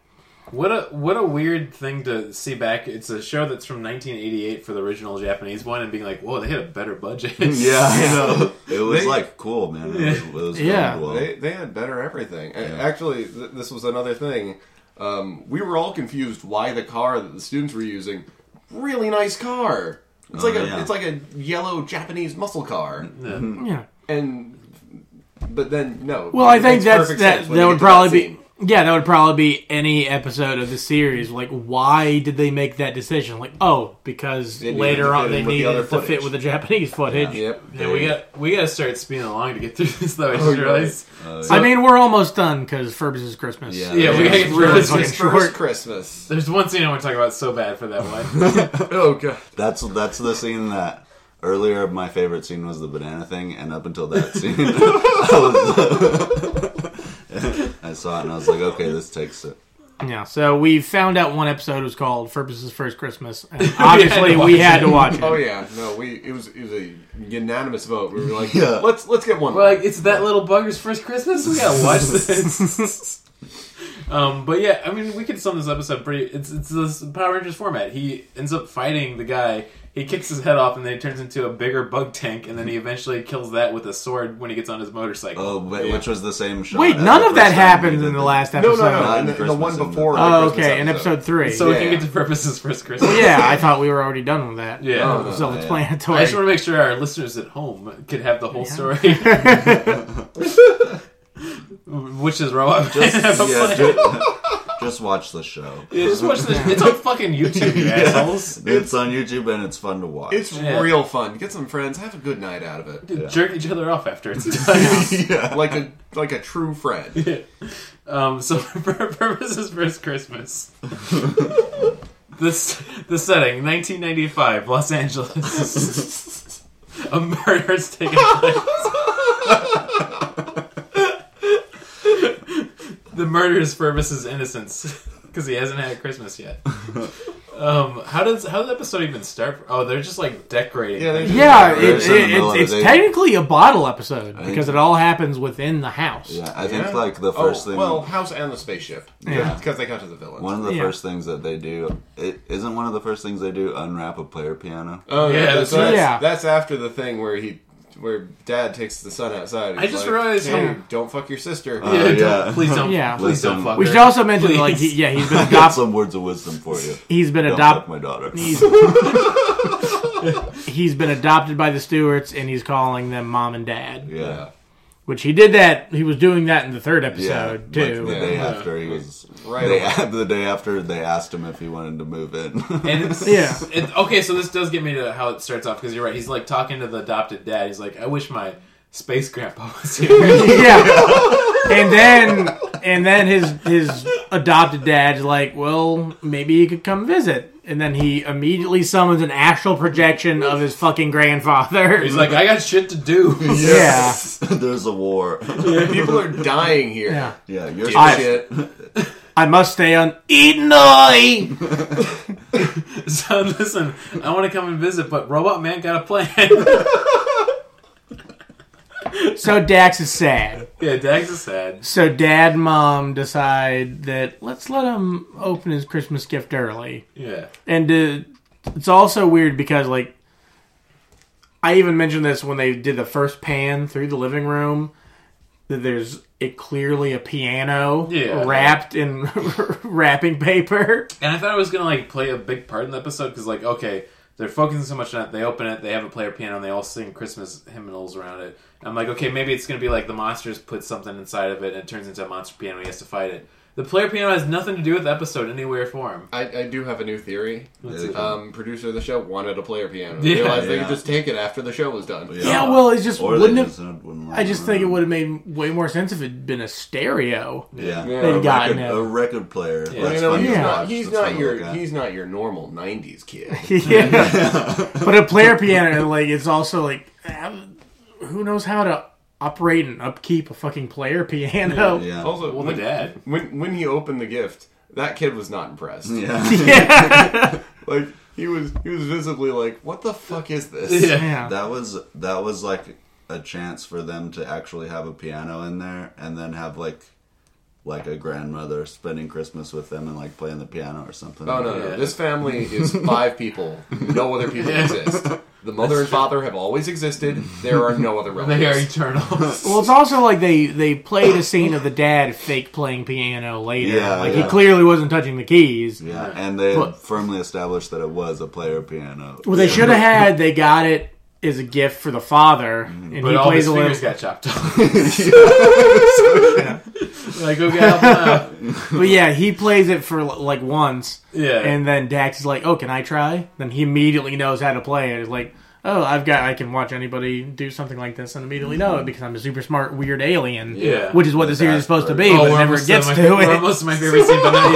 Speaker 4: What a what a weird thing to see back. It's a show that's from 1988 for the original Japanese one, and being like, "Whoa, they had a better budget."
Speaker 6: Yeah, I know. It was
Speaker 5: They-
Speaker 6: like cool, man. It was, it was
Speaker 3: Yeah.
Speaker 6: filmed well.
Speaker 5: They, they had better everything. A- Actually, th- this was another thing. Um, we were all confused why the car that the students were using. Really nice car. It's like
Speaker 6: Oh,
Speaker 5: a
Speaker 6: yeah.
Speaker 5: it's like a yellow Japanese muscle car.
Speaker 3: Yeah.
Speaker 5: And but then no.
Speaker 3: Well, I
Speaker 5: It
Speaker 3: think
Speaker 5: makes
Speaker 3: that's
Speaker 5: perfect
Speaker 3: that.
Speaker 5: sense when
Speaker 3: That
Speaker 5: you
Speaker 3: would
Speaker 5: get to
Speaker 3: probably be
Speaker 5: scene.
Speaker 3: yeah. That would probably be any episode of the series. Like, why did they make that decision? Like, oh, because
Speaker 5: They needed to
Speaker 3: later
Speaker 5: fit
Speaker 3: on
Speaker 5: in
Speaker 3: they
Speaker 5: with the
Speaker 3: needed
Speaker 5: other
Speaker 3: it to fit
Speaker 5: footage.
Speaker 3: with the Japanese footage.
Speaker 5: Yep.
Speaker 4: Yeah, we got we got to start speeding along to get through this. Though I just
Speaker 5: yeah.
Speaker 4: realized.
Speaker 3: I mean, we're almost done because Furbus is Christmas.
Speaker 6: Yeah.
Speaker 4: Yeah, we gotta get through
Speaker 3: Really
Speaker 4: this.
Speaker 3: fucking
Speaker 5: His
Speaker 4: There's-
Speaker 5: first Christmas.
Speaker 4: There's one scene I want to talk about so bad for that one.
Speaker 5: Oh god.
Speaker 6: That's that's the scene that earlier my favorite scene was the banana thing, and up until that scene, I, was- I saw it and I was like, okay, this takes it.
Speaker 3: Yeah, So we found out one episode was called Furbus's First Christmas, and obviously
Speaker 4: to
Speaker 3: we
Speaker 4: watch
Speaker 3: had to watch it.
Speaker 5: Oh yeah. No, we it was it was a unanimous vote. We were like,
Speaker 6: Yeah.
Speaker 5: let's let's get one.
Speaker 4: We're like, it's that little bugger's first Christmas. We gotta watch this. um, but yeah, I mean, we could sum this episode pretty. It's it's this Power Rangers format. He ends up fighting the guy. He kicks his head off, and then he turns into a bigger bug tank, and then he eventually kills that with a sword when he gets on his motorcycle.
Speaker 6: Oh, but, which was the same shot.
Speaker 3: Wait,
Speaker 6: as
Speaker 3: none
Speaker 6: the
Speaker 3: of that
Speaker 6: first time we
Speaker 3: happened
Speaker 6: did
Speaker 3: in the
Speaker 6: the-
Speaker 3: last
Speaker 5: No,
Speaker 3: episode.
Speaker 5: no, no.
Speaker 6: Not
Speaker 5: and The,
Speaker 6: in
Speaker 5: the
Speaker 6: Christmas
Speaker 5: one
Speaker 6: and the
Speaker 5: before.
Speaker 6: third.
Speaker 5: the
Speaker 3: Oh,
Speaker 5: Christmas
Speaker 3: okay, in episode three.
Speaker 4: so we
Speaker 5: yeah.
Speaker 4: can get to purposes first Christmas.
Speaker 3: yeah, I thought we were already done with that. Oh,
Speaker 4: Yeah.
Speaker 3: It was
Speaker 5: Oh,
Speaker 3: self-explanatory.
Speaker 4: I just want to make sure our listeners at home could have the whole story. Which is Robot Man. Have a
Speaker 6: Yeah,
Speaker 4: plan.
Speaker 6: just, just watch the show.
Speaker 4: Yeah, just watch this. It's on fucking YouTube, you assholes.
Speaker 6: It's on YouTube and it's fun to watch.
Speaker 5: It's
Speaker 4: Yeah.
Speaker 5: real fun. Get some friends. Have a good night out of it.
Speaker 4: Jerk each other off after it's done.
Speaker 5: Like a like a true friend.
Speaker 4: um, so, for purposes first Christmas. this the setting 1995 Los Angeles. a murder's taking place. the murder is Fervus's innocence because he hasn't had Christmas yet. Um, how does how does the episode even start? Oh, they're just like decorating.
Speaker 5: Yeah, they-
Speaker 3: Yeah, it,
Speaker 6: Or
Speaker 3: it,
Speaker 6: it's in the middle
Speaker 3: it's-
Speaker 6: of
Speaker 3: it's
Speaker 6: the day.
Speaker 3: technically a bottle episode because it all happens within the house.
Speaker 6: yeah, I think
Speaker 5: Yeah.
Speaker 6: like the
Speaker 5: Oh,
Speaker 6: first thing,
Speaker 5: well, house and the spaceship.
Speaker 3: Yeah.
Speaker 5: because they got to the villains.
Speaker 6: one of the
Speaker 3: yeah.
Speaker 6: first things that they do, it isn't one of the first things they do unwrap a player piano.
Speaker 5: Oh,
Speaker 4: Yeah,
Speaker 5: yeah,
Speaker 4: that's
Speaker 5: that's, that's,
Speaker 3: right.
Speaker 5: that's after the thing where he where dad takes the son outside. and
Speaker 4: I
Speaker 5: he's
Speaker 4: just
Speaker 5: like,
Speaker 4: realized
Speaker 5: "Hey,
Speaker 3: how-
Speaker 5: don't fuck your sister.
Speaker 6: Uh,
Speaker 4: Yeah,
Speaker 6: yeah.
Speaker 4: Don't, please don't.
Speaker 3: Yeah.
Speaker 4: Please don't
Speaker 6: Listen.
Speaker 4: fuck.
Speaker 3: We should
Speaker 4: her.
Speaker 3: also mention that, like he,
Speaker 4: Please.
Speaker 3: yeah he's been
Speaker 6: I got
Speaker 3: adopted.
Speaker 6: some words of wisdom for you.
Speaker 3: He's been
Speaker 6: Don't fuck
Speaker 3: adopted.
Speaker 6: my daughter.
Speaker 3: He's, he's been adopted by the Stewarts, and he's calling them mom and dad.
Speaker 6: Yeah.
Speaker 3: Which he did that. He was doing that in the third
Speaker 6: Yeah,
Speaker 3: episode
Speaker 6: like
Speaker 3: too.
Speaker 6: the day after he was
Speaker 5: Right
Speaker 6: They,
Speaker 5: away.
Speaker 6: the day after they asked him if he wanted to move in.
Speaker 4: And it's,
Speaker 3: Yeah.
Speaker 4: it- okay, so this does get me to how it starts off because you're right. He's like talking to the adopted dad. He's like, "I wish my space grandpa was here."
Speaker 3: yeah. And then and then his his adopted dad's like, well, maybe he could come visit. And then he immediately summons an astral projection of his fucking grandfather.
Speaker 4: He's like, "I got shit to do."
Speaker 3: yeah.
Speaker 6: There's a war.
Speaker 5: People are dying here.
Speaker 3: Yeah.
Speaker 6: Yeah, you're
Speaker 3: I-
Speaker 5: Shit.
Speaker 3: I must stay on Illinois.
Speaker 4: So listen, I want to come and visit, but Robot Man got a plan.
Speaker 3: So Dax is sad.
Speaker 4: yeah, Dax is sad.
Speaker 3: So dad and mom decide that let's let him open his Christmas gift early.
Speaker 4: Yeah,
Speaker 3: and uh, it's also weird because like i even mentioned this when they did the first pan through the living room that there's a clearly a piano
Speaker 4: Yeah.
Speaker 3: wrapped in wrapping paper
Speaker 4: and I thought it was gonna like play a big part in the episode because like, okay, they're focusing so much on it. They open it, they have a player piano, and they all sing Christmas hymnals around it. I'm like, okay, maybe it's gonna be like the monsters put something inside of it and it turns into a monster piano. He has to fight it. The player piano has nothing to do with the episode in any way or form.
Speaker 5: I, I do have a new theory.
Speaker 6: it?
Speaker 5: Um, producer of the show wanted a player piano.
Speaker 4: Yeah.
Speaker 5: They realized they
Speaker 6: Yeah.
Speaker 5: could just take it after the show was done.
Speaker 3: yeah, well it's just
Speaker 6: or they
Speaker 3: wouldn't
Speaker 6: just
Speaker 3: it
Speaker 6: had one lying
Speaker 3: i just think it
Speaker 6: around.
Speaker 3: would have made way more sense if it had been a stereo
Speaker 6: Yeah,
Speaker 5: Yeah.
Speaker 6: Or a,
Speaker 3: gotten
Speaker 6: record,
Speaker 3: it.
Speaker 6: a record player.
Speaker 5: Well,
Speaker 6: That's
Speaker 5: you know,
Speaker 6: fun to
Speaker 5: he's
Speaker 3: Yeah.
Speaker 5: not,
Speaker 6: watch.
Speaker 5: he's
Speaker 6: That's fun
Speaker 5: not
Speaker 6: to look
Speaker 5: your
Speaker 6: at.
Speaker 5: he's not your normal '90s kid.
Speaker 3: yeah. but a player piano like it's also like who knows how to operate and upkeep a fucking player piano
Speaker 6: Yeah.
Speaker 5: Also,
Speaker 4: Well, the
Speaker 5: when,
Speaker 4: dad.
Speaker 5: when when he opened the gift, that kid was not impressed.
Speaker 6: yeah.
Speaker 5: Like he was he was visibly like, "What the fuck is this?"
Speaker 3: yeah.
Speaker 6: That was that was like a chance for them to actually have a piano in there and then have like like a grandmother spending Christmas with them and like playing the piano or something.
Speaker 5: Oh no, no.
Speaker 4: Yeah.
Speaker 5: This family is five people. No other people exist. The mother and father have always existed. There are no other relatives.
Speaker 4: They are eternal.
Speaker 3: Well, it's also like they they played a scene of the dad fake playing piano later.
Speaker 6: Yeah,
Speaker 3: like
Speaker 6: yeah.
Speaker 3: he clearly wasn't touching the keys.
Speaker 6: Yeah, and they had
Speaker 3: But-
Speaker 6: firmly established that it was a player piano.
Speaker 3: Well, they should have had. They got it as a gift for the father, and
Speaker 4: But
Speaker 3: he
Speaker 4: all
Speaker 3: plays a
Speaker 4: his fingers
Speaker 3: little.
Speaker 4: got chopped off. Like, okay, I'll help him out.
Speaker 3: But yeah, he plays it for like once,
Speaker 4: Yeah.
Speaker 3: and then Dax is like, "Oh, can I try?" Then he immediately knows how to play it. It's like, "Oh, I've got. I can watch anybody do something like this and immediately know it because I'm a super smart weird alien."
Speaker 4: Mm-hmm. Yeah.
Speaker 3: which is what the series is supposed to be, but it never
Speaker 4: almost
Speaker 3: gets
Speaker 4: my,
Speaker 3: to
Speaker 4: Oh, we're
Speaker 3: it.
Speaker 4: almost to my favorite scene, but not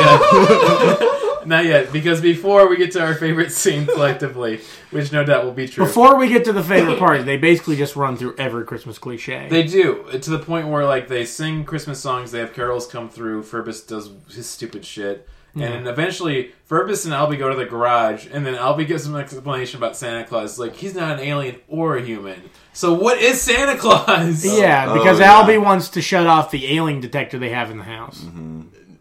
Speaker 4: yet. not yet, because before we get to our favorite scene collectively, which no doubt will be true.
Speaker 3: Before we get to the favorite part, they basically just run through every Christmas cliche.
Speaker 4: They do to the point where like they sing Christmas songs. They have carols come through. Furbus does his stupid shit, and eventually Furbus and Albie go to the garage, and then Albie gives him an explanation about Santa Claus. Like he's not an alien or a human. So what is Santa Claus?
Speaker 3: yeah,
Speaker 6: Oh,
Speaker 3: because
Speaker 6: yeah.
Speaker 3: Albie wants to shut off the alien detector they have in the house.
Speaker 4: Mm-hmm.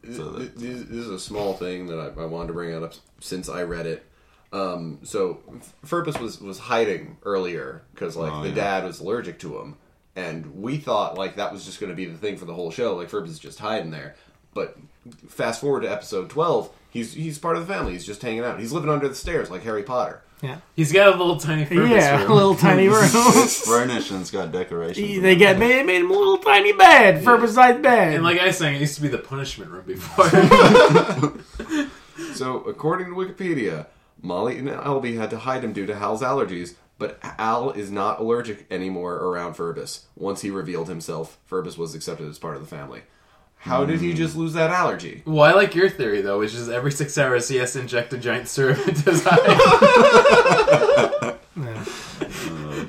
Speaker 5: Th- This this is a small thing that I, I wanted to bring up since I read it. Um, so Furbus was was hiding earlier because like
Speaker 4: Oh,
Speaker 5: the dad was allergic to him, and we thought like that was just going to be the thing for the whole show. Like Furbus is just hiding there. But fast forward to episode twelve, he's he's part of the family. He's just hanging out. He's living under the stairs like Harry Potter.
Speaker 3: Yeah,
Speaker 4: he's got a little tiny Furbus.
Speaker 3: yeah,
Speaker 4: room.
Speaker 3: a little tiny room.
Speaker 6: It's furnished and it's got decorations.
Speaker 3: they
Speaker 6: in it.
Speaker 3: got they made him a little tiny bed for beside bed.
Speaker 4: And like I was saying, it used to be the punishment room before.
Speaker 5: So, according to Wikipedia, Molly and Albie had to hide him due to Hal's allergies, but Al is not allergic anymore around Furbus. Once he revealed himself, Furbus was accepted as part of the family. How did he just lose that allergy?
Speaker 4: well, I like your theory though, which is every six hours he has to inject a giant syrup into his eye.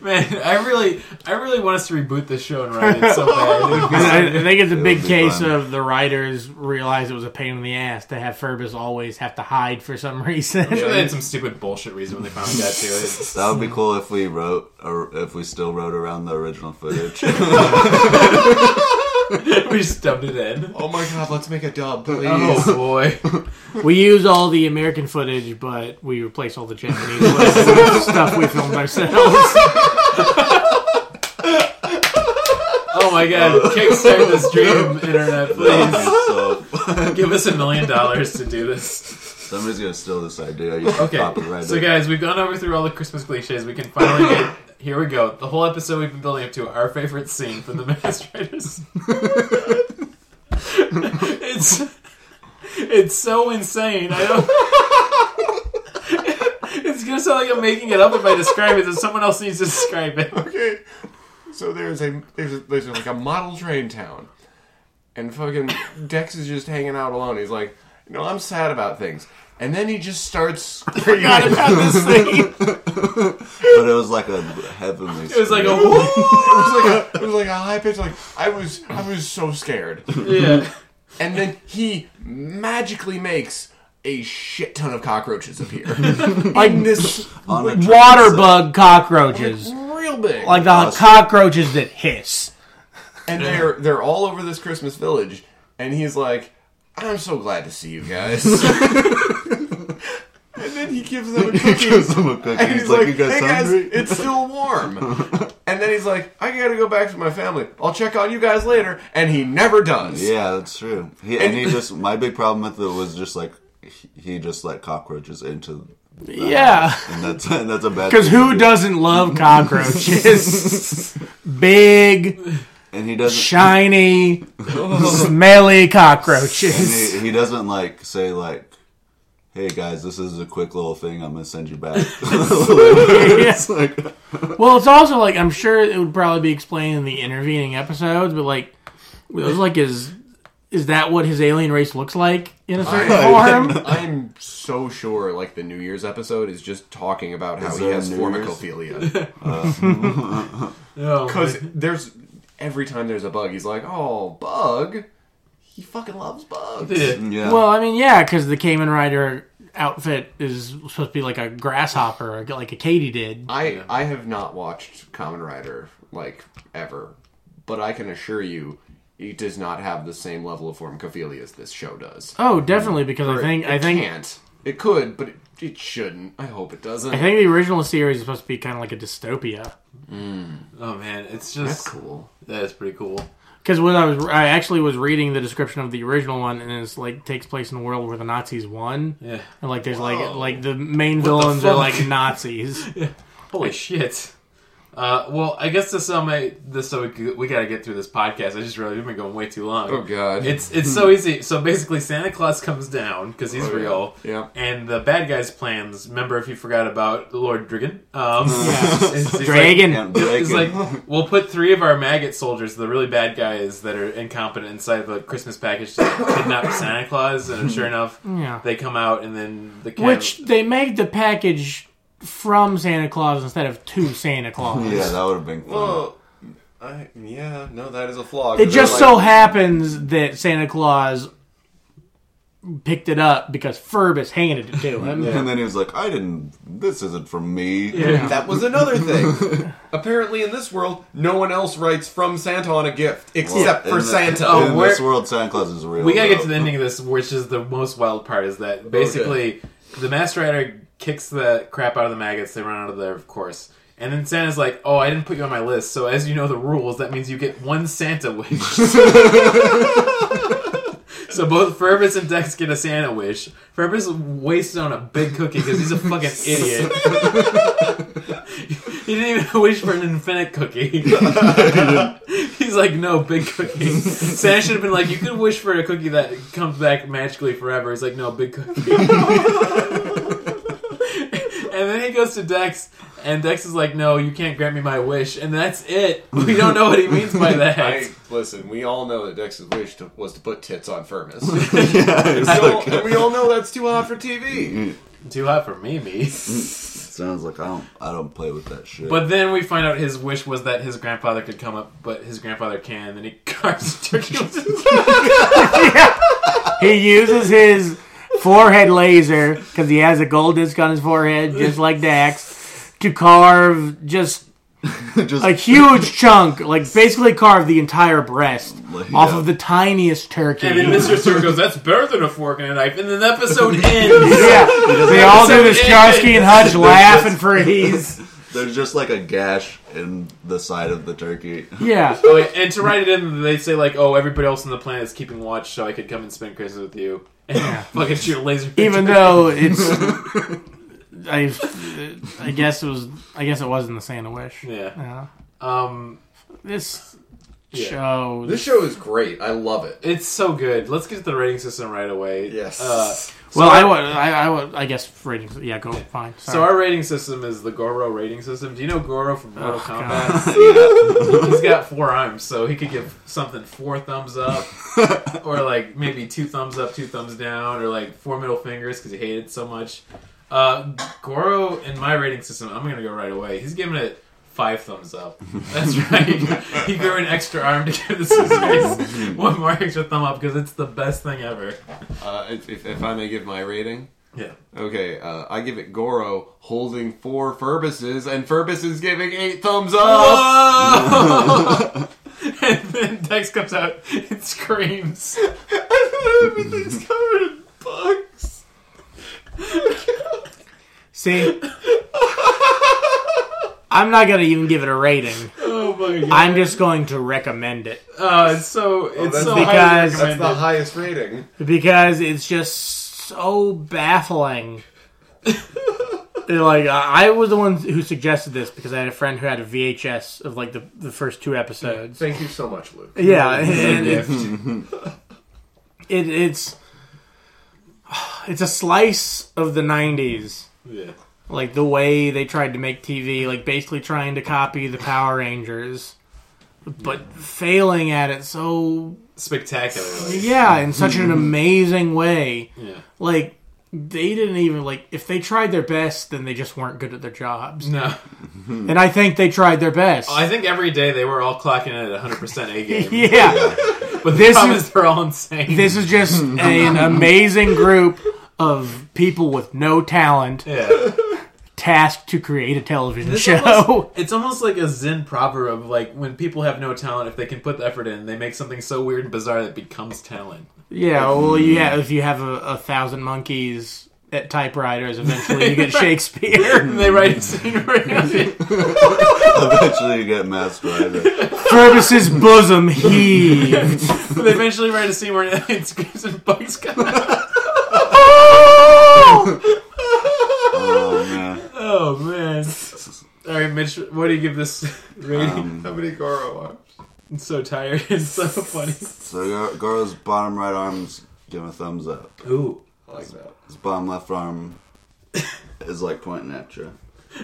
Speaker 4: Man, I really, I really want us to reboot this show and write it so bad. It would be so-
Speaker 3: I, I think it's a big
Speaker 6: be
Speaker 3: case
Speaker 6: fun.
Speaker 3: of the writers realized it was a pain in the ass to have Furbus always have to hide for some reason.
Speaker 4: I'm sure they had some stupid bullshit reason when they finally got to it.
Speaker 6: That would be cool if we wrote, or if we still wrote around the original footage.
Speaker 4: we just dubbed it in.
Speaker 5: Oh my god, let's make a dub, please.
Speaker 4: Oh boy.
Speaker 3: we use all the American footage, but we replace all the Japanese with stuff we filmed ourselves.
Speaker 4: Oh my god, kickstart this dream, internet, please.
Speaker 6: so
Speaker 4: Give us a million dollars to do this.
Speaker 6: somebody's gonna steal this idea. You should
Speaker 4: Okay.
Speaker 6: pop it right
Speaker 4: so,
Speaker 6: in.
Speaker 4: guys, we've gone over through all the Christmas cliches. We can finally get. Here we go. The whole episode we've been building up to our favorite scene from The Masters. it's. It's so insane. I don't. It's gonna sound like I'm making it up if I describe it, so someone else needs to describe it.
Speaker 5: Okay. So there's a there's a, there's like a model train town, and fucking Dex is just hanging out alone. He's like, "No, I'm sad about things," and then he just starts.
Speaker 4: Forgot about this thing.
Speaker 6: but it was like a heavenly.
Speaker 4: It was like a
Speaker 6: scream.
Speaker 4: whoo.
Speaker 5: It was like a, it was like a high pitch. Like I was I was so scared,
Speaker 4: Yeah.
Speaker 5: and then he magically makes a shit ton of cockroaches appear in this
Speaker 6: on a
Speaker 3: Water
Speaker 6: train.
Speaker 3: bug cockroaches.
Speaker 5: real big.
Speaker 3: Like the cockroaches that hiss.
Speaker 5: and they're they're all over this Christmas village, and he's like, "I'm so glad to see you guys." and then he gives them a cookie.
Speaker 6: Gives him a cookie.
Speaker 5: and
Speaker 6: He's, like, you guys
Speaker 5: "Hey guys,
Speaker 6: hungry?
Speaker 5: it's still warm." and then he's like, "I gotta go back to my family. I'll check on you guys later." And he never does.
Speaker 6: Yeah, that's true. He, and he just my big problem with it was just like he- he just let cockroaches into. the
Speaker 3: Yeah.
Speaker 6: house. and that's and that's a bad.
Speaker 3: Because
Speaker 6: thing to
Speaker 3: who
Speaker 6: do.
Speaker 3: doesn't love cockroaches? Big,
Speaker 6: And he doesn't.
Speaker 3: shiny, smelly
Speaker 6: and
Speaker 3: cockroaches.
Speaker 6: he, he doesn't like say like, "Hey guys, this is a quick little thing. I'm gonna send you back." it's like
Speaker 3: Well, it's also like I'm sure it would probably be explained in the intervening episodes, but like, it was like is is that what his alien race looks like in a certain form?
Speaker 5: I'm so sure, like the New Year's episode is just talking about how
Speaker 6: Is
Speaker 5: he
Speaker 6: there a
Speaker 5: has
Speaker 6: New
Speaker 5: formicophilia
Speaker 3: Oh,
Speaker 4: No.
Speaker 5: because there's every time there's a bug, he's like, "Oh, bug." He fucking loves bugs.
Speaker 4: Yeah.
Speaker 6: yeah.
Speaker 3: Well, I mean, yeah, because the Cayman Rider outfit is supposed to be like a grasshopper, or like a katydid.
Speaker 5: I I have not watched Common Rider like ever, but I can assure you, he does not have the same level of formicophilia as this show does.
Speaker 3: Oh, definitely, because I think I
Speaker 5: it
Speaker 3: think
Speaker 5: can't. It could, but it, it shouldn't. I hope it doesn't.
Speaker 3: I think the original series is supposed to be kind of like a dystopia.
Speaker 4: Oh man, it's
Speaker 5: That's
Speaker 4: just
Speaker 5: cool.
Speaker 4: that is pretty cool.
Speaker 3: Because when I was, I actually was reading the description of the original one, and it's like takes place in a world where the Nazis won,
Speaker 4: Yeah.
Speaker 3: and like there's like like the main villains are
Speaker 4: fuck?
Speaker 3: like Nazis.
Speaker 4: Holy shit. Uh, well, I guess to sum it, this so we, could- we got to get through this podcast. I just realized we've been going way too long.
Speaker 5: Oh, God.
Speaker 4: it's it's so easy. So basically, Santa Claus comes down because he's
Speaker 5: Oh, yeah.
Speaker 4: real.
Speaker 5: Yeah.
Speaker 4: And the bad guy's plans. Remember, if you forgot about Lord Dragon, um, it's- it's like-
Speaker 3: Dragon.
Speaker 6: Can't break
Speaker 4: It's
Speaker 6: it.
Speaker 4: like we'll put three of our maggot soldiers, the really bad guys that are incompetent, inside the Christmas package to kidnap Santa Claus, and sure enough,
Speaker 3: Yeah.
Speaker 4: they come out, and then the cat,
Speaker 3: which they made the package from Santa Claus instead of to Santa Claus.
Speaker 6: yeah, that would have been fun.
Speaker 5: Well, I, yeah, no, that is a flaw.
Speaker 3: It just so happens that Santa Claus picked it up because Ferbus handed it to him.
Speaker 6: And then he was like, "I didn't. This isn't from me."
Speaker 5: That was another thing. Apparently, in this world, no one else writes from Santa on a gift except
Speaker 6: In
Speaker 5: for
Speaker 6: the-
Speaker 5: Santa.
Speaker 4: Oh,
Speaker 6: in
Speaker 4: where-
Speaker 6: this world, Santa Claus is real.
Speaker 4: we gotta get
Speaker 6: though.
Speaker 4: to the ending of this, which is the most wild part. Is that basically the Master Rider kicks the crap out of the maggots? They run out of there, of course. And then Santa's like, "Oh, I didn't put you on my list. So as you know the rules, that means you get one Santa wish." so both Ferbus and Dex get a Santa wish. Ferbus wasted on a big cookie because he's a fucking idiot. he didn't even wish for an infinite cookie. He's like, no, big cookie. Santa should have been like, you could wish for a cookie that comes back magically forever. He's like, no, big cookie. and then he goes to Dex, and Dex is like, no, you can't grant me my wish. And that's it. We don't know what he means by that.
Speaker 5: I, listen, we all know that Dex's wish to, was to put tits on Firmus.
Speaker 6: It's
Speaker 5: We all-
Speaker 6: like-
Speaker 5: and we all know that's too hot for TV.
Speaker 4: Too hot for Mimi.
Speaker 6: sounds like I don't. I don't play with that shit.
Speaker 4: But then we find out his wish was that his grandfather could come up, but his grandfather can, and he carves a turkey with his
Speaker 3: He uses his forehead laser because he has a gold disc on his forehead, just like Dax, to carve just
Speaker 6: just
Speaker 3: a huge chunk, like basically carve the entire breast
Speaker 6: Like,
Speaker 3: off
Speaker 6: yeah.
Speaker 3: of the tiniest turkey.
Speaker 4: And then Mr. Sir goes, that's better than a fork and a knife. And then the episode ends.
Speaker 3: yeah, they all do this. Charsky and Hutch laugh and freeze.
Speaker 6: There's just like a gash in the side of the turkey.
Speaker 3: Yeah.
Speaker 4: Oh, wait, and to write it in, they say like, "Oh, everybody else on the planet is keeping watch, so I could come and spend Christmas with you." And fucking shoot a laser.
Speaker 3: Even though it's, I, I guess it was. I guess it was in the Santa Wish.
Speaker 4: yeah,
Speaker 3: Yeah.
Speaker 4: um,
Speaker 3: This
Speaker 4: Yeah.
Speaker 3: show.
Speaker 5: This show is great. I love it.
Speaker 4: it's so good. Let's get to the rating system right away.
Speaker 5: Yes.
Speaker 4: Uh,
Speaker 3: well, I would. I, I would. I guess ratings. Yeah. Go. Fine. Sorry.
Speaker 4: so our rating system is the Goro rating system. Do you know Goro from Mortal
Speaker 3: Oh,
Speaker 4: Kombat? He's got four arms, so he could give something four thumbs up, or like maybe two thumbs up, two thumbs down, or like four middle fingers because he hated it so much. Uh, Goro in my rating system, I'm gonna go right away. He's giving it five thumbs up. That's right. he grew an extra arm to give this his face one more extra thumb up because it's the best thing ever.
Speaker 5: Uh, if, if, if I may give my rating.
Speaker 4: Yeah.
Speaker 5: Okay, uh, I give it Goro holding four Furbuses, and Furbus is giving eight thumbs up.
Speaker 4: and then Dex comes out and screams. Uh,
Speaker 5: Everything's covered in bugs.
Speaker 3: See. I'm not gonna even give it a rating.
Speaker 4: Oh my god!
Speaker 3: I'm just going to recommend it
Speaker 4: Oh, it's so it's
Speaker 5: that's
Speaker 4: so
Speaker 5: because-
Speaker 4: highly
Speaker 5: That's
Speaker 4: recommended.
Speaker 5: the highest rating.
Speaker 3: because it's just so baffling. They're like I I was the one who suggested this because I had a friend who had a VHS of like the, the first two episodes.
Speaker 5: Thank you so much, Luke.
Speaker 3: Yeah, and it, it, it's it's a slice of the '90s,
Speaker 4: yeah.
Speaker 3: like the way they tried to make TV, like basically trying to copy the Power Rangers, but failing at it so
Speaker 4: Spectacular. like,
Speaker 3: yeah, in such an amazing way.
Speaker 4: Mm-hmm. Yeah.
Speaker 3: Like they didn't even like if they tried their best, then they just weren't good at their jobs.
Speaker 4: No,
Speaker 3: And I think they tried their best.
Speaker 4: Mm-hmm. I think every day they were all clocking in at 100 percent a game.
Speaker 3: yeah.
Speaker 4: But
Speaker 3: This
Speaker 4: this problem
Speaker 3: is-
Speaker 4: is they're all insane.
Speaker 3: This is just an amazing group of people with no talent
Speaker 4: yeah.
Speaker 3: tasked to create a television
Speaker 4: It's
Speaker 3: show.
Speaker 4: almost- it's almost like a Zen proverb of like when people have no talent, if they can put the effort in, they make something so weird and bizarre that becomes talent.
Speaker 3: yeah, well,
Speaker 4: Mm-hmm.
Speaker 3: you have, if you have a, a thousand monkeys at typewriters, eventually you get Shakespeare.
Speaker 4: And they write a scenery.
Speaker 6: Eventually, you get mass rider.
Speaker 3: Purvis's bosom heaved.
Speaker 4: they eventually write a scene where it screams and bugs come out.
Speaker 6: Oh man,
Speaker 4: Oh man! All right, Mitch, what do you give this rating?
Speaker 6: Um,
Speaker 5: How many Goro are?
Speaker 4: I'm so tired. It's so funny.
Speaker 6: so Gor- Goro's bottom right arm's giving a thumbs up.
Speaker 4: Ooh.
Speaker 5: I like that.
Speaker 6: His bottom left arm is like pointing at you,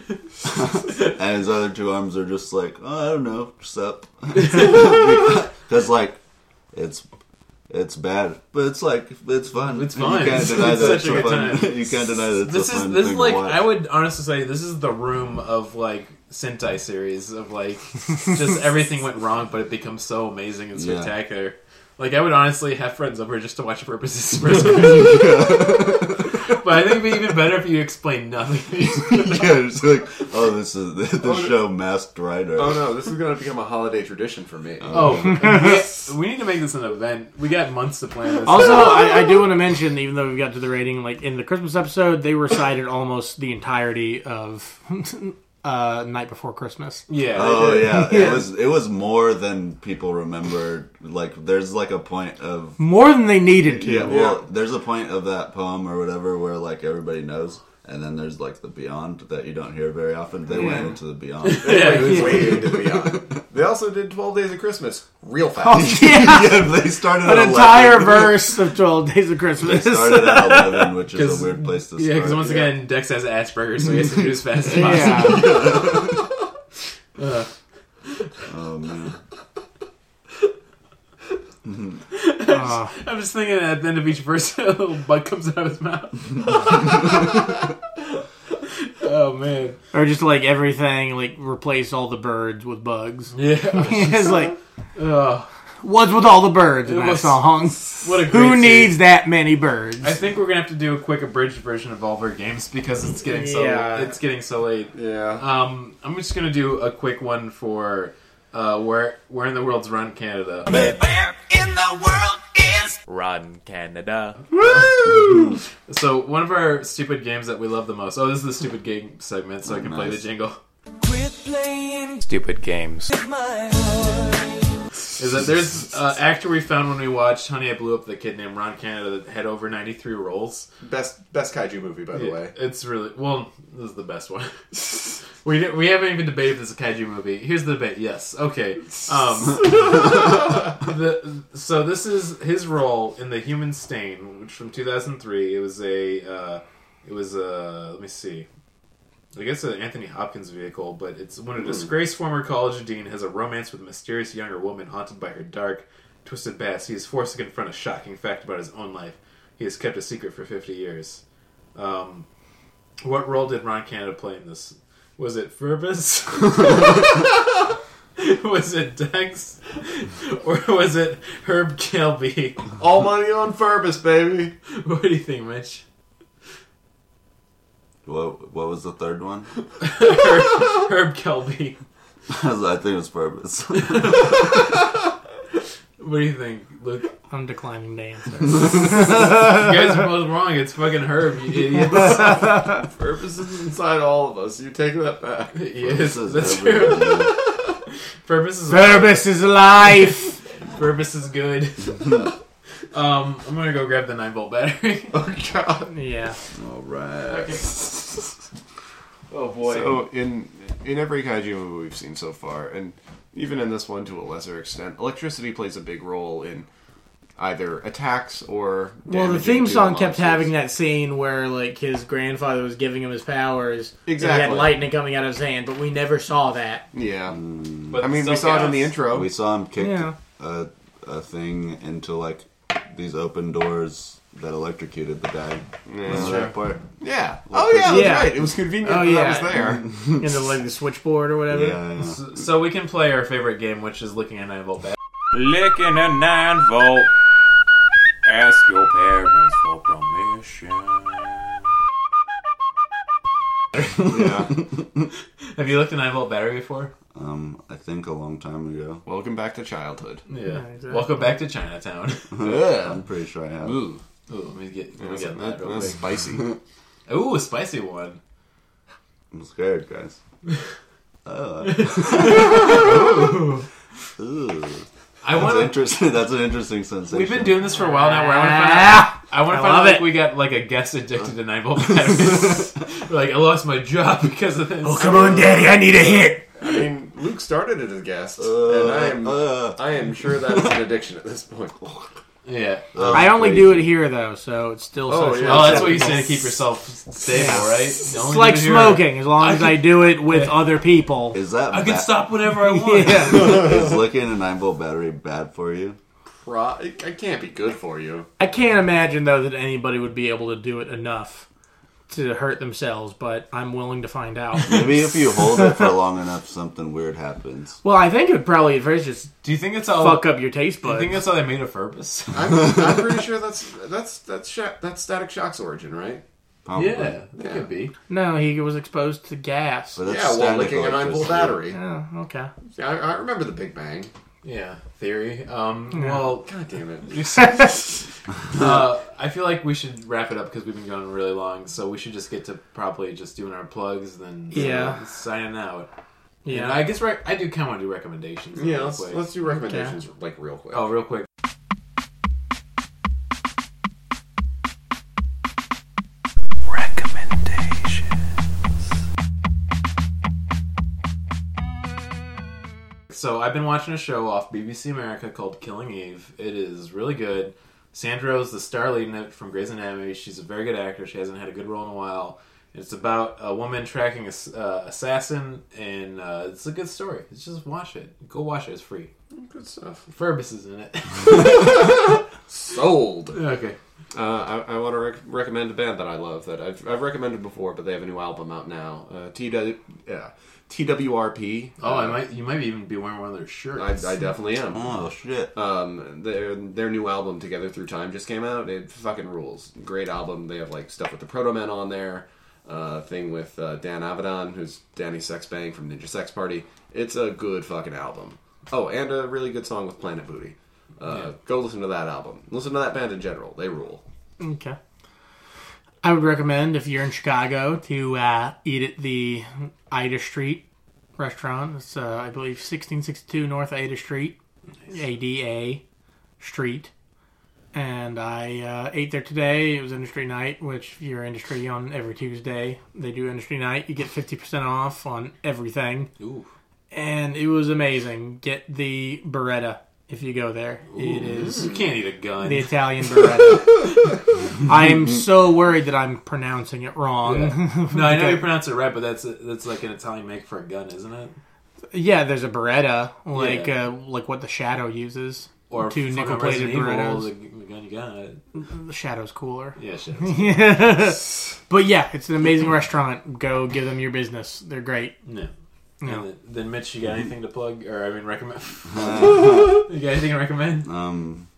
Speaker 6: and his other two arms are just like oh, I don't know, just up. Because like it's it's bad, but it's like it's fun.
Speaker 4: It's fun.
Speaker 6: You can't
Speaker 4: It's-
Speaker 6: deny
Speaker 4: it's
Speaker 6: that
Speaker 4: such a
Speaker 6: a
Speaker 4: good
Speaker 6: fun.
Speaker 4: time.
Speaker 6: You can't deny that it's
Speaker 4: This
Speaker 6: a fun
Speaker 4: is this is
Speaker 6: thing
Speaker 4: like
Speaker 6: to watch.
Speaker 4: I would honestly say this is the room of like Sentai series of like just everything went wrong, but it becomes so amazing and
Speaker 6: Yeah.
Speaker 4: spectacular. Like I would honestly have friends over just to watch Purposes Express. but I think it'd be even better if you explained nothing.
Speaker 6: yeah, it's like oh, this is this show masked rider.
Speaker 5: Oh no, this is gonna become a holiday tradition for me.
Speaker 4: Oh, we, we need to make this an event. We got months to plan this.
Speaker 3: Also, I, I do want to mention, even though we've got to the rating, like in the Christmas episode, they recited almost the entirety of uh, Night Before Christmas.
Speaker 4: yeah.
Speaker 6: Oh yeah,
Speaker 3: Yeah.
Speaker 6: it was it was more than people remember. Like there's like a point of
Speaker 3: More than they needed to.
Speaker 6: yeah, well, there's a point of that poem or whatever where like everybody knows, and then there's like the beyond that you don't hear very often. They went into the beyond.
Speaker 4: yeah.
Speaker 5: Way into the beyond. They also did Twelve Days of Christmas real fast.
Speaker 3: Yeah.
Speaker 6: yeah, they started
Speaker 3: an
Speaker 6: at
Speaker 3: entire
Speaker 6: 11.
Speaker 3: verse of 12 Days of Christmas.
Speaker 6: They started at eleven, which is
Speaker 4: 'Cause-
Speaker 6: a weird place to start.
Speaker 4: Yeah, because once
Speaker 6: yeah.
Speaker 4: again, Dex has Asperger's, so he has to do as fast as possible.
Speaker 3: yeah.
Speaker 6: oh man,
Speaker 3: Uh,
Speaker 4: I'm just thinking at the end of each verse, a little bug comes out of his mouth. oh man!
Speaker 3: or just like everything, like replace all the birds with bugs.
Speaker 4: Yeah.
Speaker 3: it's like,
Speaker 4: Oh,
Speaker 3: what's with all the birds in
Speaker 4: It
Speaker 3: that
Speaker 4: was-
Speaker 3: song?
Speaker 4: what a great
Speaker 3: Who
Speaker 4: series.
Speaker 3: needs that many birds?
Speaker 4: I think we're gonna have to do a quick abridged version of all of our games because it's getting so
Speaker 3: Yeah.
Speaker 4: it's getting so late.
Speaker 3: Oh,
Speaker 5: yeah.
Speaker 4: Um, I'm just gonna do a quick one for uh, where where in the world's run Canada.
Speaker 9: Where in the world is
Speaker 1: Run Canada.
Speaker 4: So one of our stupid games that we love the most. Oh, this is the stupid game segment, so I can play the
Speaker 6: Nice.
Speaker 4: jingle.
Speaker 9: playing
Speaker 1: Stupid games.
Speaker 9: my heart.
Speaker 4: Is that there's uh, actor we found when we watched Honey I Blew Up the Kid named Ron Canada that had over 93 roles.
Speaker 5: Best best kaiju movie, by the way.
Speaker 4: It's really well. This is the best one. we di- we haven't even debated if this is a kaiju movie. Here's the debate. Yes. Okay. Um, the, so this is his role in the Human Stain, which from 2003. It was a uh, it was a let me see. I guess an Anthony Hopkins vehicle, but it's when a
Speaker 5: Hmm.
Speaker 4: disgraced former college dean has a romance with a mysterious younger woman haunted by her dark, twisted past. He is forced to confront a shocking fact about his own life. He has kept a secret for 50 years. Um, what role did Ron Canada play in this? Was it Furbus? was it Dex? Or was it Herb Kelby?
Speaker 5: All money on Furbus, baby.
Speaker 4: What do you think, Mitch?
Speaker 6: What What was the third one?
Speaker 4: Herb Kelby.
Speaker 6: I was- I think it was purpose.
Speaker 4: What do you think, Luke? You
Speaker 3: I'm declining to answer.
Speaker 4: guys are both wrong. It's fucking Herb, you idiots.
Speaker 5: Furbus is inside all of us. You take that back.
Speaker 4: Yes,
Speaker 6: This is
Speaker 4: that's
Speaker 6: every-
Speaker 4: true. Purpose is
Speaker 3: Purpose is life.
Speaker 4: purpose is good. um, I'm gonna go grab the nine volt battery.
Speaker 5: Oh god.
Speaker 3: Yeah.
Speaker 6: All right.
Speaker 5: Oh boy. So in in every kaiju movie we've seen so far, and even in this one to a lesser extent, electricity plays a big role in either attacks or.
Speaker 3: Well, the
Speaker 5: damaging
Speaker 3: theme
Speaker 5: to
Speaker 3: song kept
Speaker 5: monsters.
Speaker 3: having that scene where like his grandfather was giving him his powers. and He
Speaker 5: Exactly.
Speaker 3: had lightning coming out of his hand, but we never saw that.
Speaker 5: Yeah,
Speaker 4: But
Speaker 5: I mean we
Speaker 4: still
Speaker 5: saw it in the
Speaker 4: counts.
Speaker 5: intro.
Speaker 6: We saw him kick
Speaker 3: Yeah.
Speaker 6: a, a thing into like these open doors that electrocuted the guy. Remember that part?
Speaker 5: yeah. Oh yeah, that's
Speaker 3: Yeah.
Speaker 5: right. It was convenient
Speaker 3: Oh,
Speaker 5: that that
Speaker 3: yeah.
Speaker 5: was there.
Speaker 3: In the like the switchboard or whatever.
Speaker 6: Yeah, yeah.
Speaker 4: So we can play our favorite game, which is looking at nine volt battery.
Speaker 1: Licking a 9 volt. Ask your parents for permission.
Speaker 4: Have you looked at nine volt battery before?
Speaker 6: Um, I think a long time ago.
Speaker 5: Welcome back to childhood.
Speaker 4: Yeah.
Speaker 3: exactly.
Speaker 4: Welcome back to Chinatown.
Speaker 5: Ugh.
Speaker 6: I'm pretty sure I have.
Speaker 5: Ooh,
Speaker 4: Ooh, let me get, let me
Speaker 5: that's,
Speaker 4: get
Speaker 5: that-
Speaker 4: that real
Speaker 5: that's
Speaker 4: quick.
Speaker 5: spicy.
Speaker 4: Ooh, a spicy one.
Speaker 6: I'm scared, guys. Oh. Ooh.
Speaker 4: I
Speaker 6: That's
Speaker 4: want to.
Speaker 6: interesting. That's an interesting sensation.
Speaker 4: We've been doing this for a while now. Where I want to find out.
Speaker 3: Ah!
Speaker 4: I want
Speaker 3: I
Speaker 4: to find out
Speaker 3: love
Speaker 4: like
Speaker 3: it.
Speaker 4: we got like a guest addicted to nine volt batteries. like I lost my job because of this. Oh
Speaker 3: Daddy, I need a hit.
Speaker 5: I mean, Luke started it as a guest, and I am
Speaker 6: Uh, uh,
Speaker 5: I am sure that is an addiction at this point.
Speaker 4: Yeah.
Speaker 6: uh,
Speaker 3: I only do it here though, so it's still
Speaker 5: Oh,
Speaker 3: socially
Speaker 5: yeah.
Speaker 4: Oh, that's what you
Speaker 3: acceptable.
Speaker 4: say to keep yourself stable, right? It's
Speaker 3: It's like smoking, as long as I do it with
Speaker 4: Yeah.
Speaker 3: other people.
Speaker 6: is that
Speaker 4: I can
Speaker 6: ba-
Speaker 4: stop whenever I want.
Speaker 3: Yeah.
Speaker 6: Is looking at a nine volt battery bad for you?
Speaker 5: Pro- it, it can't be good for you.
Speaker 3: I can't imagine though that anybody would be able to do it enough to hurt themselves, but I'm willing to find out.
Speaker 6: Maybe if you hold it for long enough, something weird happens.
Speaker 3: well, I think it would probably at first just
Speaker 4: Do you think it's all?
Speaker 3: fuck up your taste
Speaker 4: do you
Speaker 3: buds.
Speaker 4: think that's how they made a purpose?
Speaker 5: I'm, I'm pretty sure that's that's that's sha- that's Static Shock's origin, right?
Speaker 6: Probably.
Speaker 4: yeah, it could be.
Speaker 3: No, he was exposed to gas.
Speaker 6: But that's
Speaker 5: yeah, while
Speaker 6: static
Speaker 5: licking a nine volt
Speaker 6: electricity.
Speaker 5: battery.
Speaker 3: Oh, okay.
Speaker 5: Yeah, I, I remember the Big Bang.
Speaker 4: Yeah, theory. Um, Well,
Speaker 5: God damn it!
Speaker 4: uh, I feel like we should wrap it up because we've been going really long, so we should just get to probably just doing our plugs and then
Speaker 3: Yeah.
Speaker 4: signing out. Yeah,
Speaker 3: Yeah.
Speaker 4: I guess right. I do kind of want to do recommendations.
Speaker 5: Yeah,
Speaker 4: real
Speaker 5: let's,
Speaker 4: quick.
Speaker 5: let's do recommendations like real quick.
Speaker 4: Oh, real quick. So I've been watching a show off BBC America called Killing Eve. It is really good. Sandra is the star lead in it from Grey's Anatomy. She's a very good actor. She hasn't had a good role in a while. It's about a woman tracking a s- uh, assassin, and uh, it's a good story. It's just watch it. Go watch it. It's free.
Speaker 5: good stuff.
Speaker 4: Furbus is in it.
Speaker 5: Sold.
Speaker 4: okay.
Speaker 5: Uh, I, I want to rec- recommend a band that I love that I've, I've recommended before, but they have a new album out now. Uh, TW, yeah, TWRP.
Speaker 4: Oh,
Speaker 5: Uh,
Speaker 4: I might. You might even be wearing one of their
Speaker 5: I,
Speaker 4: shirts.
Speaker 5: I definitely am.
Speaker 6: Oh shit!
Speaker 4: Uh.
Speaker 5: Um, their their new album "Together Through Time" just came out. It fucking rules. Great album. They have like stuff with the Proto Men on there. Uh, thing with uh, Dan Avedon, who's Danny Sexbang from Ninja Sex Party. It's a good fucking album. Oh, and a really good song with Planet Booty. Uh, Go listen to that album. Listen to that band in general. They rule.
Speaker 3: Okay. I would recommend if you're in Chicago to uh, eat at the Ida Street restaurant. It's, uh, I believe, 1662 North Ada Street, ADA Street. And I uh, ate there today. It was industry night, which if you're industry on every Tuesday, they do industry night. You get 50% off on everything.
Speaker 4: Ooh.
Speaker 3: And it was amazing. Get the Beretta if you go there. It is
Speaker 4: You can't eat a gun.
Speaker 3: the Italian Beretta. I am so worried that I'm pronouncing it wrong. Yeah,
Speaker 4: no, I know you pronounce it right, but that's that's like an Italian make for a gun, isn't it?
Speaker 3: there's a Beretta, like
Speaker 4: Yeah.
Speaker 3: uh, like what the Shadow uses.
Speaker 4: Or
Speaker 3: Two
Speaker 4: fucking
Speaker 3: nickel-plated
Speaker 4: Resident Evil,
Speaker 3: Berettas.
Speaker 4: the g- gun you got.
Speaker 3: The Shadow's cooler.
Speaker 4: Yeah, shit.
Speaker 3: but yeah, it's an amazing restaurant. Go give them your business. They're great.
Speaker 4: No.
Speaker 3: No.
Speaker 4: And then, then Mitch, you got anything to plug or I mean recommend? you got anything to recommend?
Speaker 6: Um,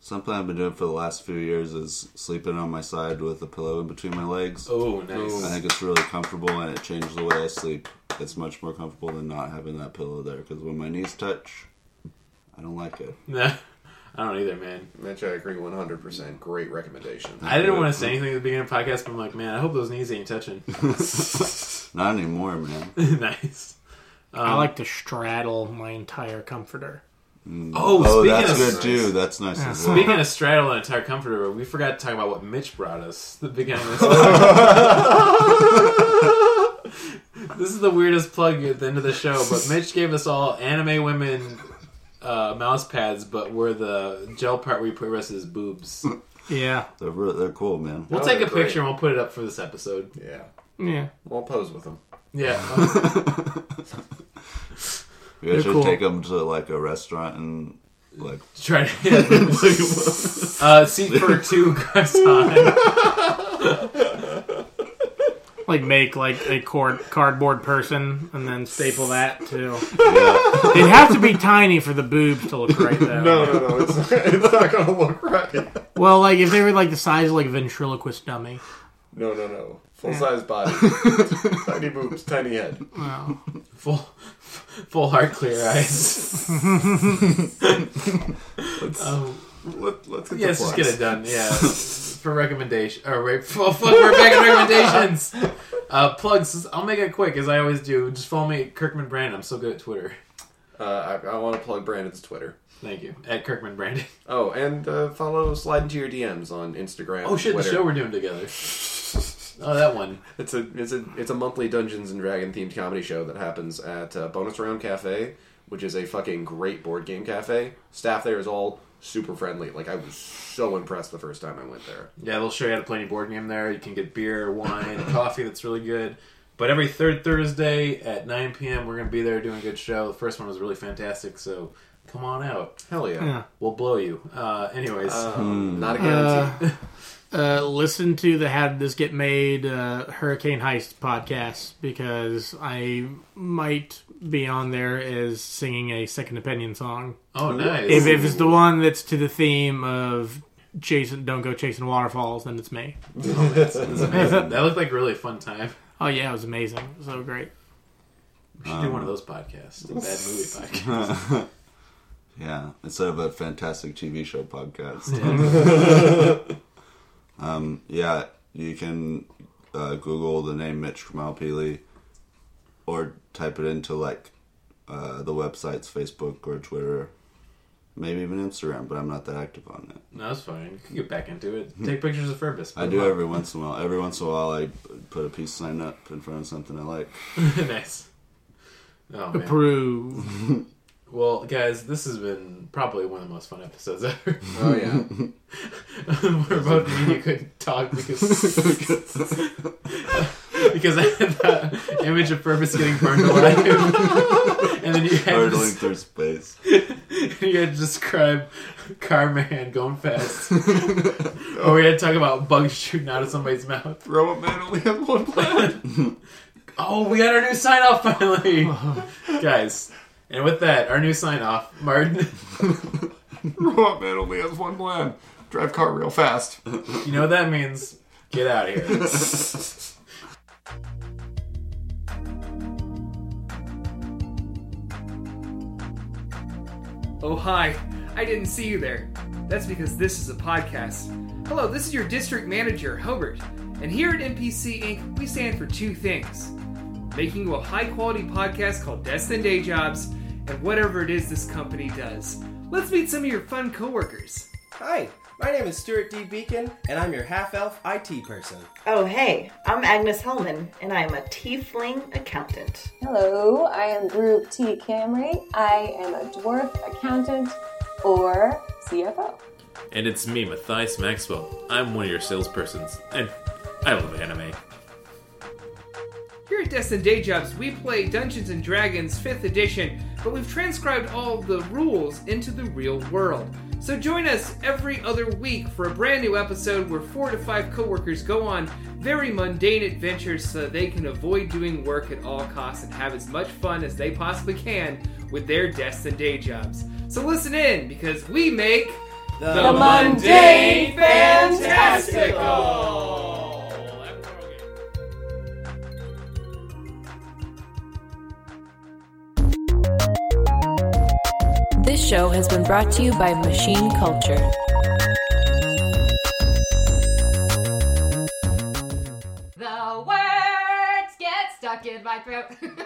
Speaker 6: something I've been doing for the last few years is sleeping on my side with a pillow in between my legs.
Speaker 4: Oh,
Speaker 6: I
Speaker 4: nice.
Speaker 6: think it's really comfortable and it changed the way I sleep. It's much more comfortable than not having that pillow there because when my knees touch, I don't like it.
Speaker 4: No, I don't either, man.
Speaker 5: Mitch, I agree 100%. Great recommendation.
Speaker 4: I didn't want to say anything at the beginning of the podcast, but I'm like, man, I hope those knees ain't touching.
Speaker 6: Not anymore, man.
Speaker 4: nice.
Speaker 3: I like to straddle my entire comforter.
Speaker 4: Oh,
Speaker 6: Oh,
Speaker 4: speaking
Speaker 6: that's
Speaker 4: of
Speaker 6: good too. That's nice as well.
Speaker 4: Speaking of straddle and entire comforter, we forgot to talk about what Mitch brought us at the beginning of this. podcast. this is the weirdest plug at the end of the show, but Mitch gave us all anime women uh, mouse pads, but where the gel part we put rest is boobs.
Speaker 3: Yeah,
Speaker 6: They're, re- they're cool, man.
Speaker 4: We'll
Speaker 5: Oh,
Speaker 4: take a
Speaker 5: they're great.
Speaker 4: picture and we'll put it up for this episode.
Speaker 5: Yeah.
Speaker 3: yeah.
Speaker 5: We'll pose with them.
Speaker 4: Yeah.
Speaker 6: We guys
Speaker 3: They're
Speaker 6: should
Speaker 3: cool.
Speaker 6: take them to like a restaurant and like
Speaker 4: Try to uh, seat for two croissant.
Speaker 3: Like make like a cord- cardboard person and then staple that to.
Speaker 6: yeah,
Speaker 3: They'd have to be tiny for the boobs to look right though.
Speaker 5: No, no, no. It's, it's not going to look right.
Speaker 3: Well, like if they were like the size of like a ventriloquist dummy.
Speaker 5: No, no, no. Full size body. tiny boobs, tiny head.
Speaker 4: Full, full heart, clear eyes. um,
Speaker 5: Let, let's get
Speaker 4: yeah,
Speaker 5: the
Speaker 4: let's just get it
Speaker 5: plugs.
Speaker 4: done. Yeah, for recommendation. Or wait, well, fuck, we're back at recommendations. Uh, plugs. I'll make it quick as I always do. Just follow me, at Kirkman Brand. I'm so good at Twitter.
Speaker 5: Uh, I, I want to plug Brandon's Twitter.
Speaker 4: Thank you, at Kirkman Brand.
Speaker 5: Oh, and uh, follow Slide Into Your DMs on Instagram.
Speaker 4: Oh shit,
Speaker 5: Twitter.
Speaker 4: the show we're doing together. Oh, that one.
Speaker 5: It's a it's a it's a monthly Dungeons and Dragon themed comedy show that happens at uh, Bonus Round Cafe, which is a fucking great board game cafe. Staff there is all super friendly. Like I was so impressed the first time I went there.
Speaker 4: Yeah, they'll show you how to play any board game there. You can get beer, wine, coffee. That's really good. But every third Thursday at 9 p.m., we're going to be there doing a good show. The first one was really fantastic, so come on out.
Speaker 5: Hell yeah!
Speaker 3: Yeah.
Speaker 4: We'll blow you. Uh, anyways,
Speaker 5: Um, Not a guarantee.
Speaker 3: Uh, listen to the How Did This Get Made uh, Hurricane Heist podcast because I might be on there as singing a second opinion song.
Speaker 4: oh, nice.
Speaker 3: If, if it's the one that's to the theme of Jason, don't go chasing waterfalls, then it's me.
Speaker 4: that looked like a really fun time.
Speaker 3: Oh, yeah, it was amazing. So great.
Speaker 4: We should do one of those podcasts. A bad movie podcast.
Speaker 6: yeah. Instead of a fantastic TV show podcast. um, yeah, you can uh, Google the name Mitch Malpili or type it into like uh, the website's Facebook or Twitter, maybe even Instagram. But I'm not that active on it.
Speaker 4: No, that's fine. You can get back into it. Take pictures of Furbus.
Speaker 6: I do every once in a while. Every once in a while, I put a peace sign up in front of something I like.
Speaker 4: nice. Oh, man.
Speaker 3: Approve.
Speaker 4: Well, guys, this has been probably one of the most fun episodes ever.
Speaker 5: oh yeah.
Speaker 4: We're both me and you couldn't talk because because I had that image of purpose getting burned alive, and then you had,
Speaker 6: Hurtling
Speaker 4: to,
Speaker 6: through space.
Speaker 4: you had to describe Carman going fast, or we had to talk about bugs shooting out of somebody's mouth.
Speaker 5: Robot Man only had one plan.
Speaker 4: Oh, we got our new sign off finally, guys. And with that, our new sign off, Martin.
Speaker 5: Robot Man only has one plan. Drive car real fast.
Speaker 4: You know what that means? Get out of here.
Speaker 10: Oh, hi. I didn't see you there. That's because this is a podcast. Hello, this is your district manager, Hobart, and here at NPC Inc., we stand for two things
Speaker 4: making you a high quality podcast called Deaths and Day Jobs and whatever it is this company does. Let's meet some of your fun coworkers.
Speaker 11: Hi, my name is Stuart D. Beacon, and I'm your half elf IT person.
Speaker 12: Oh, hey, I'm Agnes Hellman, and I am a tiefling accountant.
Speaker 13: Hello, I am Group T. Camry. I am a dwarf accountant or CFO.
Speaker 1: And it's me, Matthias Maxwell. I'm one of your salespersons, and I love anime.
Speaker 4: Here at Deaths and Day Jobs, we play Dungeons and Dragons 5th edition, but we've transcribed all the rules into the real world. So join us every other week for a brand new episode where four to five coworkers go on very mundane adventures so that they can avoid doing work at all costs and have as much fun as they possibly can with their Deaths and Day Jobs. So listen in because we make
Speaker 11: The,
Speaker 14: mundane
Speaker 4: fantastical.
Speaker 15: This show has been brought to you by Machine Culture.
Speaker 16: The words get stuck in my throat.